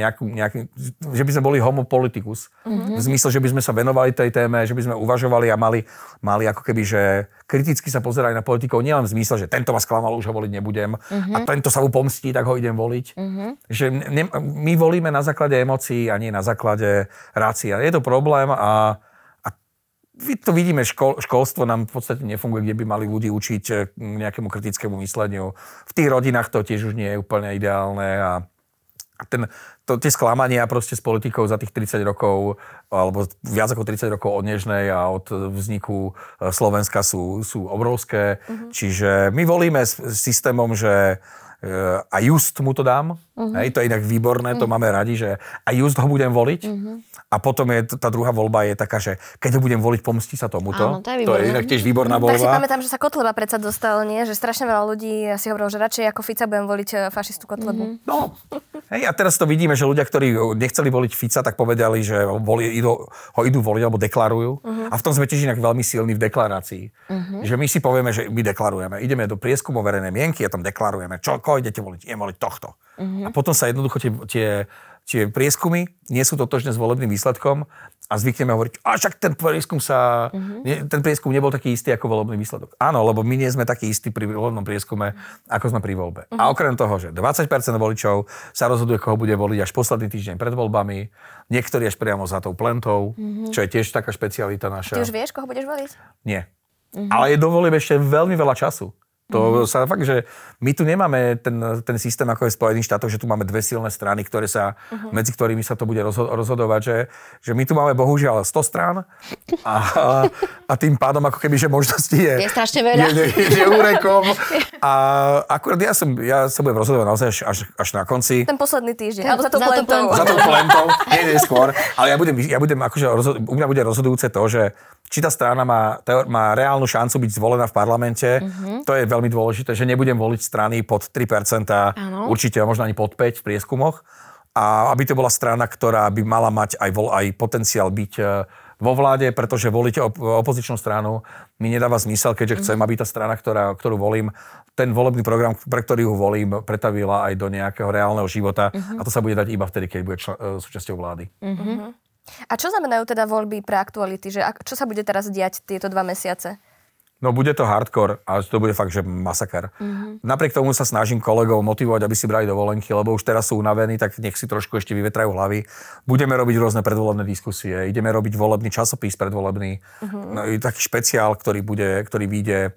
Speaker 3: nejakú, nejaký, že by sme boli homo politicus. V zmysle, že by sme sa venovali tej téme, že by sme uvažovali a mali, mali ako keby, že kriticky sa pozerali na politikov, nielen v zmysle, že tento ma sklamal, už ho voliť nebudem a tento sa mu pomstí, tak ho idem voliť. Že ne, my volíme na základe emócií a nie na základe rácia. Je to problém a vy to vidíme, škol, školstvo nám v podstate nefunguje, kde by mali ľudí učiť eh, k nejakému kritickému mysleniu. V tých rodinách to tiež už nie je úplne ideálne a a ten, to, tie sklamania proste s politikou za tých 30 rokov, alebo viac ako 30 rokov od Nežnej a od eh, vzniku eh, Slovenska sú, sú obrovské. Čiže my volíme s, s systémom, že eh, a just mu to dám,
Speaker 1: Mhm.
Speaker 3: hej, to je inak výborné, to máme radi, že a just ho budem voliť.
Speaker 1: Mhm.
Speaker 3: A potom je t- tá druhá voľba je taká, že keď ho budem voliť, pomstí sa tomuto.
Speaker 1: Áno, to je
Speaker 3: to je
Speaker 1: výborné. Mhm.
Speaker 3: inak tiež výborná
Speaker 2: [LAUGHS] Tak si
Speaker 3: voľba.
Speaker 2: pamätám, že sa Kotleba predsa dostal, nie? Že strašne veľa ľudí si hovorilo, že radšej ako Fica budem voliť e, fašistu
Speaker 1: Mhm.
Speaker 2: Kotlebu.
Speaker 3: No. Hej, a teraz to vidíme, že ľudia, ktorí nechceli voliť Fica, tak povedali, že ho voli, idú, ho idú voliť alebo deklarujú.
Speaker 1: Mhm.
Speaker 3: A v tom sme tiež inak veľmi silní v deklarácii. Že my si povieme, že my deklarujeme. Ideme do prieskumu verejnej mienky a tam deklarujeme, čo, koho idete voliť, idem voliť tohto.
Speaker 1: Mhm.
Speaker 3: A potom sa jednoducho tie, tie, tie prieskumy nie sú totožné s volebným výsledkom a zvykneme hovoriť, a však ten prieskum sa, ne, ten prieskum nebol taký istý ako volebný výsledok. Áno, lebo my nie sme takí istí pri volebnom prieskume, ako sme pri voľbe. A okrem toho, že 20% voličov sa rozhoduje, koho bude voliť až posledný týždeň pred voľbami, niektorí až priamo za tou plentou, čo je tiež taká špecialita naša.
Speaker 2: Ty už vieš, koho budeš voliť?
Speaker 3: Nie.
Speaker 1: Mhm.
Speaker 3: Ale je dovolieb ešte veľmi veľa času. To sa fakt, že my tu nemáme ten, ten systém, ako je v Spojených štátoch, že tu máme dve silné strany, ktoré sa,
Speaker 1: Mhm.
Speaker 3: medzi ktorými sa to bude rozho- rozhodovať, že, že my tu máme bohužiaľ 100 strán a, a tým pádom ako keby, že možnosti je,
Speaker 1: Je strašne veľa.
Speaker 3: Je, je, je
Speaker 1: [LAUGHS]
Speaker 3: úrekom. A akurát ja, som, ja sa budem rozhodovať naozaj až, až, až na konci.
Speaker 2: Ten posledný týždeň, alebo za tou
Speaker 1: Za tou
Speaker 2: plentou.
Speaker 1: plentou.
Speaker 3: Za tou plentou, [LAUGHS] nie, nie, skôr. Ale ja budem, ja budem akože, rozhod- u mňa bude rozhodujúce to, že či tá strana má, teor- má reálnu šancu byť zvolená v parlamente, to je veľmi dôležité, že nebudem voliť strany pod 3%,
Speaker 1: Áno.
Speaker 3: určite a možno ani pod 5% v prieskumoch. A aby to bola strana, ktorá by mala mať aj, vol- aj potenciál byť e, vo vláde, pretože voliť op- opozičnú stranu mi nedáva zmysel, keďže chcem, aby tá strana, ktorá, ktorú volím, ten volebný program, pre ktorý ju volím, pretavila aj do nejakého reálneho života a to sa bude dať iba vtedy, keď bude čl- e, súčasťou vlády.
Speaker 2: Mhm. A čo znamenajú teda voľby pre aktuality? Že ak, čo sa bude teraz diať tieto dva mesiace?
Speaker 3: No bude to hardcore, ale to bude fakt, že masakár. Mm-hmm. Napriek tomu sa snažím kolegov motivovať, aby si brali dovolenky, lebo už teraz sú unavení, tak nech si trošku ešte vyvetrajú hlavy. Budeme robiť rôzne predvolebné diskusie, ideme robiť volebný časopis predvolebný, mm-hmm. no, je taký špeciál, ktorý, bude, ktorý vyjde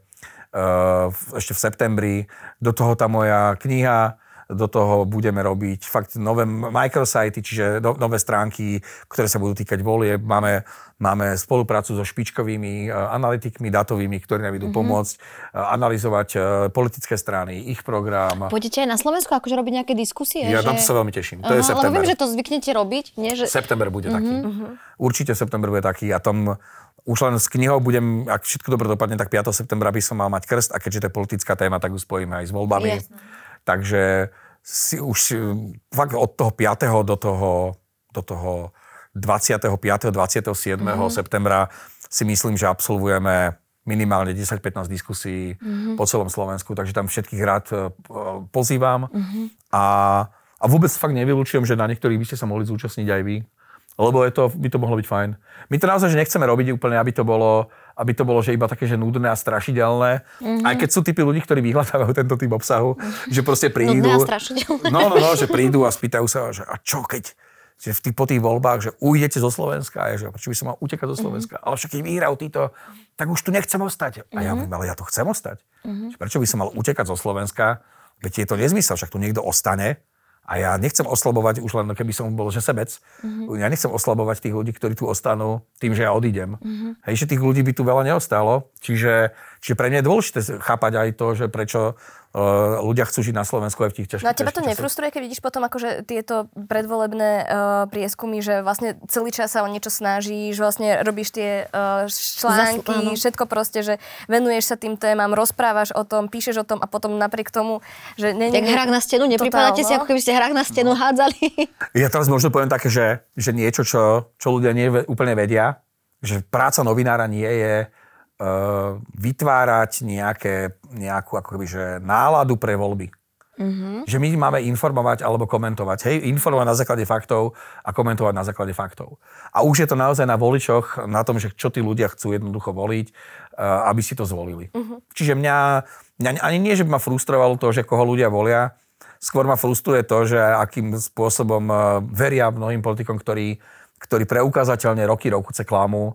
Speaker 3: uh, v- ešte v septembri. Do toho tá moja kniha, do toho budeme robiť fakt nové m- microsajty, čiže no, nové stránky, ktoré sa budú týkať volie. Máme, máme spoluprácu so špičkovými eh, analytikmi, datovými, ktorí nám idú mm-hmm. pomôcť eh, analyzovať eh, politické strany, ich program.
Speaker 1: Pôjdete aj na Slovensku akože robiť nejaké diskusie?
Speaker 3: Ja
Speaker 1: že...
Speaker 3: na to sa veľmi teším. To
Speaker 1: Aha, Lebo
Speaker 3: je september.
Speaker 1: viem, že to zvyknete robiť, nie? Že... Mhm.
Speaker 3: September bude taký. Určite september bude taký a tom už len s knihou budem, ak všetko dobre dopadne, tak 5. septembra by som mal mať krst a keďže to je politická téma, tak ju spojíme aj s voľbami.
Speaker 1: Jasné.
Speaker 3: Takže si už eh, fakt od toho 5. do toho, do toho 25. 27.
Speaker 1: Mhm.
Speaker 3: septembra si myslím, že absolvujeme minimálne 10-15 diskusí
Speaker 1: Mhm.
Speaker 3: po celom Slovensku, takže tam všetkých rád eh, po- pozývam.
Speaker 1: Mhm.
Speaker 3: A, a vôbec fakt nevylučujem, že na niektorých by ste sa mohli zúčastniť aj vy lebo je to, by to mohlo byť fajn. My to naozaj že nechceme robiť úplne, aby to bolo, aby to bolo že iba také, že nudné a
Speaker 1: Mhm.
Speaker 3: strašidelné. Mm-hmm. Aj keď sú typy ľudí, ktorí vyhľadávajú tento typ obsahu, že proste prídu...
Speaker 1: Nudné a strašidelné.
Speaker 3: No, no, no, že prídu a spýtajú sa, že a čo keď že v tých, po tých voľbách, že ujdete zo Slovenska, a ja, že prečo by som mal utekať zo Slovenska, ale však keď vyhral títo, tak už tu nechcem ostať. A ja hovorím, ale ja tu chcem ostať. Že Prečo by som mal utekať zo Slovenska, veď je to nezmysel, však tu niekto ostane, a ja nechcem oslabovať, už len keby som bol že sebec, mm-hmm. ja nechcem oslabovať tých ľudí, ktorí tu ostanú tým, že ja odídem. Mm-hmm. Hej, že tých ľudí by tu veľa neostalo, čiže, čiže pre mňa je dôležité chápať aj to, že prečo uh, ľudia chcú žiť na Slovensku aj v tých ťažkých
Speaker 2: No a teba to
Speaker 3: ťažkých časoch.
Speaker 2: nefrustruje, keď vidíš potom akože tieto predvolebné uh, prieskumy, že vlastne celý čas sa o niečo snažíš, vlastne robíš tie
Speaker 1: áno.
Speaker 2: uh, články, všetko proste, že venuješ sa tým témam, rozprávaš o tom, píšeš o tom a potom napriek tomu, že... Ne, no.
Speaker 1: Jak hrách na stenu, nepripadáte si, ako keby ste hrách na stenu
Speaker 3: No.
Speaker 1: hádzali.
Speaker 3: Ja teraz možno poviem také, že, že niečo, čo, čo ľudia nie ve- úplne vedia, že práca novinára nie je uh, vytvárať nejaké, nejakú ako keby, že náladu pre voľby. Mm-hmm. Že my máme informovať alebo komentovať. Hej, informovať na základe faktov a komentovať na základe faktov. A už je to naozaj na voličoch, na tom, že čo tí ľudia chcú jednoducho voliť, uh, aby si to zvolili. Mm-hmm. Čiže mňa, mňa ani nie, že by ma frustrovalo to, že koho ľudia volia, skôr ma frustruje to, že akým spôsobom eh, veria mnohým politikom, ktorí, ktorí preukázateľne roky rokuce klamú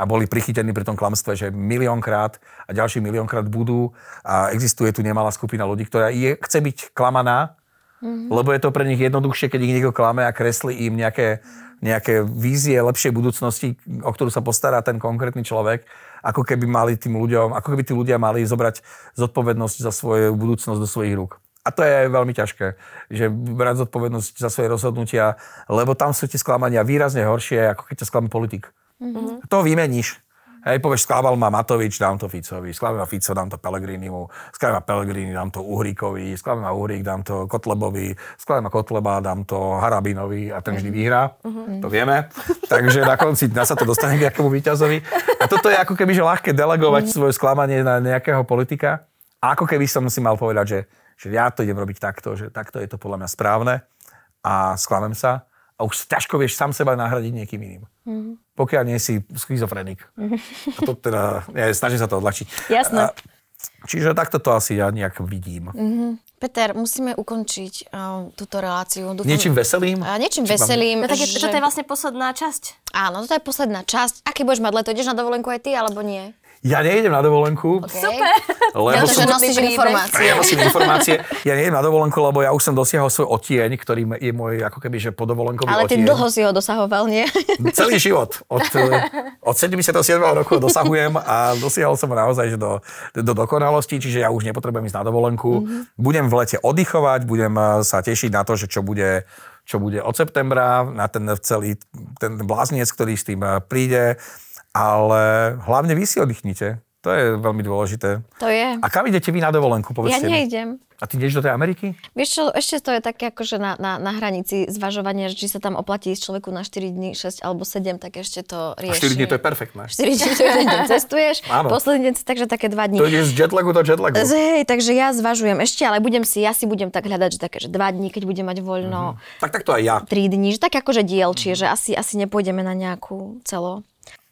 Speaker 3: a boli prichytení pri tom klamstve, že miliónkrát a ďalší miliónkrát budú a existuje tu nemalá skupina ľudí, ktorá je, chce byť klamaná, mm-hmm. lebo je to pre nich jednoduchšie, keď ich niekto klame a kreslí im nejaké, nejaké vízie lepšej budúcnosti, o ktorú sa postará ten konkrétny človek, ako keby mali tým ľuďom, ako keby tí ľudia mali zobrať zodpovednosť za svoju budúcnosť do svojich rúk. A to je veľmi ťažké, že brať zodpovednosť za svoje rozhodnutia, lebo tam sú tie sklamania výrazne horšie, ako keď ťa sklame politik. Mm-hmm. To vymeníš. Hej, povieš, sklamal ma Matovič, dám to Ficovi, sklamal ma Fico, dám to Pelegrinimu, sklamal ma Pelegrini, dám to Uhrikovi, sklamal ma Uhrik, dám to Kotlebovi, sklamal ma Kotleba, dám to Harabinovi a ten vždy vyhrá, to vieme. Takže na konci dňa sa to dostane k nejakému víťazovi. A toto je ako keby, že ľahké delegovať svoje sklamanie na nejakého politika. A ako keby som si mal povedať, že, že ja to idem robiť takto, že takto je to podľa mňa správne a sklamem sa. A už ťažko vieš sám seba nahradiť niekým iným.
Speaker 1: Mhm.
Speaker 3: Mm-hmm. Pokiaľ nie si schizofrenik. A to teda, ja snažím sa to odľahčiť.
Speaker 1: Jasné. Mhm.
Speaker 3: A, čiže takto to asi ja nejak vidím. Mm-hmm.
Speaker 1: [LAUGHS] Peter, musíme ukončiť um, túto reláciu. Dúfam,
Speaker 3: Niečím veselým?
Speaker 1: a niečím
Speaker 3: Či mám-
Speaker 1: veselým.
Speaker 2: No, tak je,
Speaker 1: že...
Speaker 2: toto je vlastne posledná časť.
Speaker 1: Áno, toto je posledná časť. Aké budeš mať leto? Ideš na dovolenku aj ty, alebo nie?
Speaker 3: Ja nejdem na dovolenku,
Speaker 1: Okay. Super.
Speaker 3: lebo
Speaker 1: Pretože
Speaker 2: som-
Speaker 3: som...
Speaker 1: nosíš
Speaker 2: Dobrý príbeh.
Speaker 1: informácie.
Speaker 3: Ja nosím informácie. Ja nejdem na dovolenku, lebo ja už som dosiahol svoj otieň, ktorý je môj ako keby, že podovolenkový
Speaker 1: Ale ty
Speaker 3: otieň.
Speaker 1: dlho si ho dosahoval,
Speaker 3: [LAUGHS]
Speaker 1: nie?
Speaker 3: celý život. Od, eh, od 77 roku dosahujem a dosiahol som ho naozaj že do, do dokonalosti, čiže ja už nepotrebujem ísť na
Speaker 1: Mhm.
Speaker 3: dovolenku. Mm-hmm. Budem v lete oddychovať, budem eh, sa tešiť na to, že čo bude čo bude od septembra, na ten celý ten bláznec, ktorý s tým eh, príde. Ale hlavne vy si oddychnite. To To je veľmi dôležité.
Speaker 1: To je.
Speaker 3: A kam idete vy na dovolenku,
Speaker 1: Ja
Speaker 3: povedzte mi?
Speaker 1: nejdem.
Speaker 3: A ty ideš do tej Ameriky?
Speaker 1: Vieš čo, ešte to je také akože na, na, na hranici zvažovania, že či sa tam oplatí ísť človeku na 4 dní, 6 alebo 7, tak ešte to
Speaker 3: A
Speaker 1: riešim.
Speaker 3: 4 dní to je perfektné.
Speaker 1: 4 dní to je
Speaker 3: [LAUGHS]
Speaker 1: jeden deň cestuješ,
Speaker 3: Áno.
Speaker 1: posledný deň, takže také 2 dní.
Speaker 3: To ideš z jetlagu do jetlagu.
Speaker 1: Z- Hej, takže ja zvažujem ešte, ale budem si, ja si budem tak hľadať, že také, že 2 dní, keď budem mať voľno,
Speaker 3: Tak takto aj ja.
Speaker 1: 3 dní, že tak akože dielčie,
Speaker 3: Mhm.
Speaker 1: že asi, asi nepôjdeme na nejakú celo.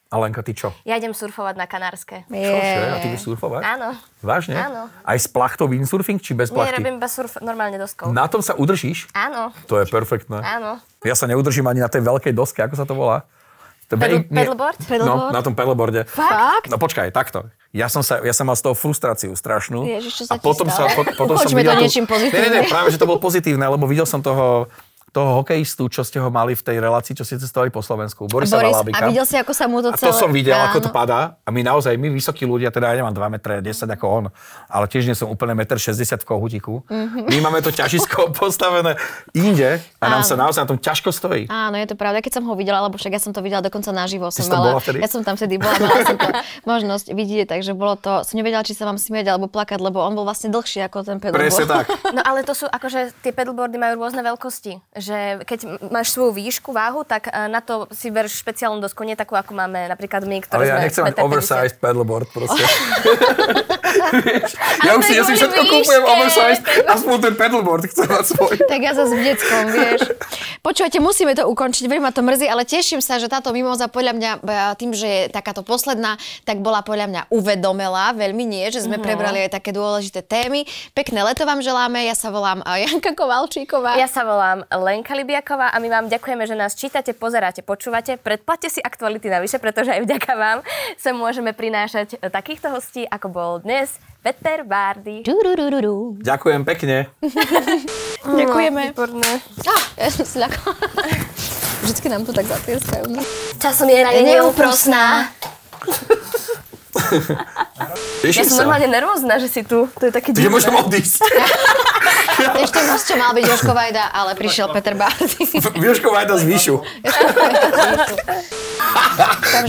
Speaker 3: Alenka, ty čo?
Speaker 2: Ja idem surfovať na Kanárske.
Speaker 3: Čože? A ty ideš surfovať?
Speaker 2: Áno.
Speaker 3: Vážne?
Speaker 2: Áno.
Speaker 3: Aj s plachtou windsurfing či
Speaker 2: Nie,
Speaker 3: bez plachty?
Speaker 2: robím iba surf normálne doskou.
Speaker 3: Na tom sa udržíš?
Speaker 2: Áno,
Speaker 3: To je perfektné.
Speaker 2: áno.
Speaker 3: Ja sa neudržím ani na tej veľkej doske, ako sa to volá? To
Speaker 2: Pedal-
Speaker 3: nie-
Speaker 2: pedalboard?
Speaker 1: Pedalboard?
Speaker 3: No, na tom pedalboarde.
Speaker 1: Fakt?
Speaker 3: No počkaj, takto. Ja som, sa, ja som mal z toho frustráciu strašnú.
Speaker 1: Ježiš, čo sa
Speaker 3: a
Speaker 1: ti
Speaker 3: potom
Speaker 1: stalo?
Speaker 3: sa, po, potom som
Speaker 1: Ukončme to
Speaker 3: videl tú-
Speaker 1: niečím pozitívnym.
Speaker 3: Nie, nie, nie, práve, že to bolo pozitívne, lebo videl som toho, toho hokejistu, čo ste ho mali v tej relácii, čo ste cestovali po Slovensku. Borisa
Speaker 1: Boris, a
Speaker 3: Valabika.
Speaker 1: videl si, ako sa mu to
Speaker 3: A to
Speaker 1: celé-
Speaker 3: som videl, ako to
Speaker 1: Áno.
Speaker 3: padá. A my naozaj, my vysokí ľudia, teda ja nemám 2 metre 10 ako on, ale tiež nie som úplne 1,60 m v kohutiku.
Speaker 2: Mhm.
Speaker 3: My máme to
Speaker 2: [LAUGHS]
Speaker 3: ťažisko postavené inde a nám sa naozaj na tom ťažko stojí.
Speaker 1: Áno, je to pravda, keď som ho videla, lebo však ja som to videla dokonca naživo. Som
Speaker 3: si tam bola vtedy?
Speaker 1: Ja som tam vtedy bola, mala
Speaker 3: [LAUGHS]
Speaker 1: som to možnosť vidieť, takže bolo to, som nevedela, či sa mám smieť alebo plakať, lebo on bol vlastne dlhší ako ten pedagóg.
Speaker 3: Presne tak.
Speaker 2: No ale [LAUGHS] to sú, akože tie pedalboardy majú rôzne veľkosti. Že keď m- máš svoju výšku, váhu, tak e, na to si ver špeciálnu dosku, nie takú, ako máme napríklad my, ktoré
Speaker 3: Ale ja
Speaker 2: sme
Speaker 3: nechcem mať
Speaker 2: 1,50.
Speaker 3: oversized
Speaker 2: [LAUGHS]
Speaker 3: paddleboard proste. Vieš, [LAUGHS] ja
Speaker 2: Ale to
Speaker 3: už si,
Speaker 2: je
Speaker 3: ja si
Speaker 2: kvôli
Speaker 3: všetko
Speaker 2: výške.
Speaker 3: kúpujem oversized, aspoň ten paddleboard chcem mať svoj.
Speaker 1: [LAUGHS] Tak ja sa s detskom, vieš. Počúvajte, musíme to ukončiť, veľmi ma to mrzí, ale teším sa, že táto mimoza podľa mňa b- tým, že je takáto posledná, tak bola podľa mňa uvedomelá veľmi nie, že sme prebrali aj také dôležité témy. Pekné leto vám želáme, ja sa volám eh, Janka Kovalčíková.
Speaker 2: Ja sa volám Lenka Libiaková a my vám ďakujeme, že nás čítate, pozeráte, počúvate. Predplatte si aktuality navyše, pretože aj vďaka vám sa môžeme prinášať e, takýchto hostí, ako bol dnes Peter Bárdy.
Speaker 1: Turururu.
Speaker 3: Ďakujem pekne.
Speaker 1: Ďakujeme.
Speaker 2: Výborné.
Speaker 1: Á, ja som si ľakla. [LAUGHS] Vždycky nám to tak no. zatlieskajú.
Speaker 2: Časom je
Speaker 1: neúprosná.
Speaker 2: Ja
Speaker 3: Teším
Speaker 2: som
Speaker 3: sa.
Speaker 2: normálne nervózna, že si tu. To je taký
Speaker 3: Kde
Speaker 2: divné.
Speaker 3: môžem
Speaker 2: [LAUGHS]
Speaker 3: odísť? [LAUGHS]
Speaker 1: Ešte host, čo mal byť Jožko Vajda, ale prišiel Peter [LAUGHS] Bárdy.
Speaker 3: Vieško Vajda z Výšu.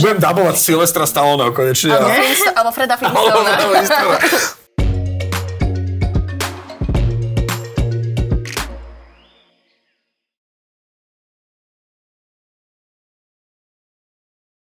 Speaker 3: Budem dabovať Silvestra Stallone konečne. [LAUGHS]
Speaker 2: Alebo Finsto- Alebo Freda Flintstona.
Speaker 3: Alebo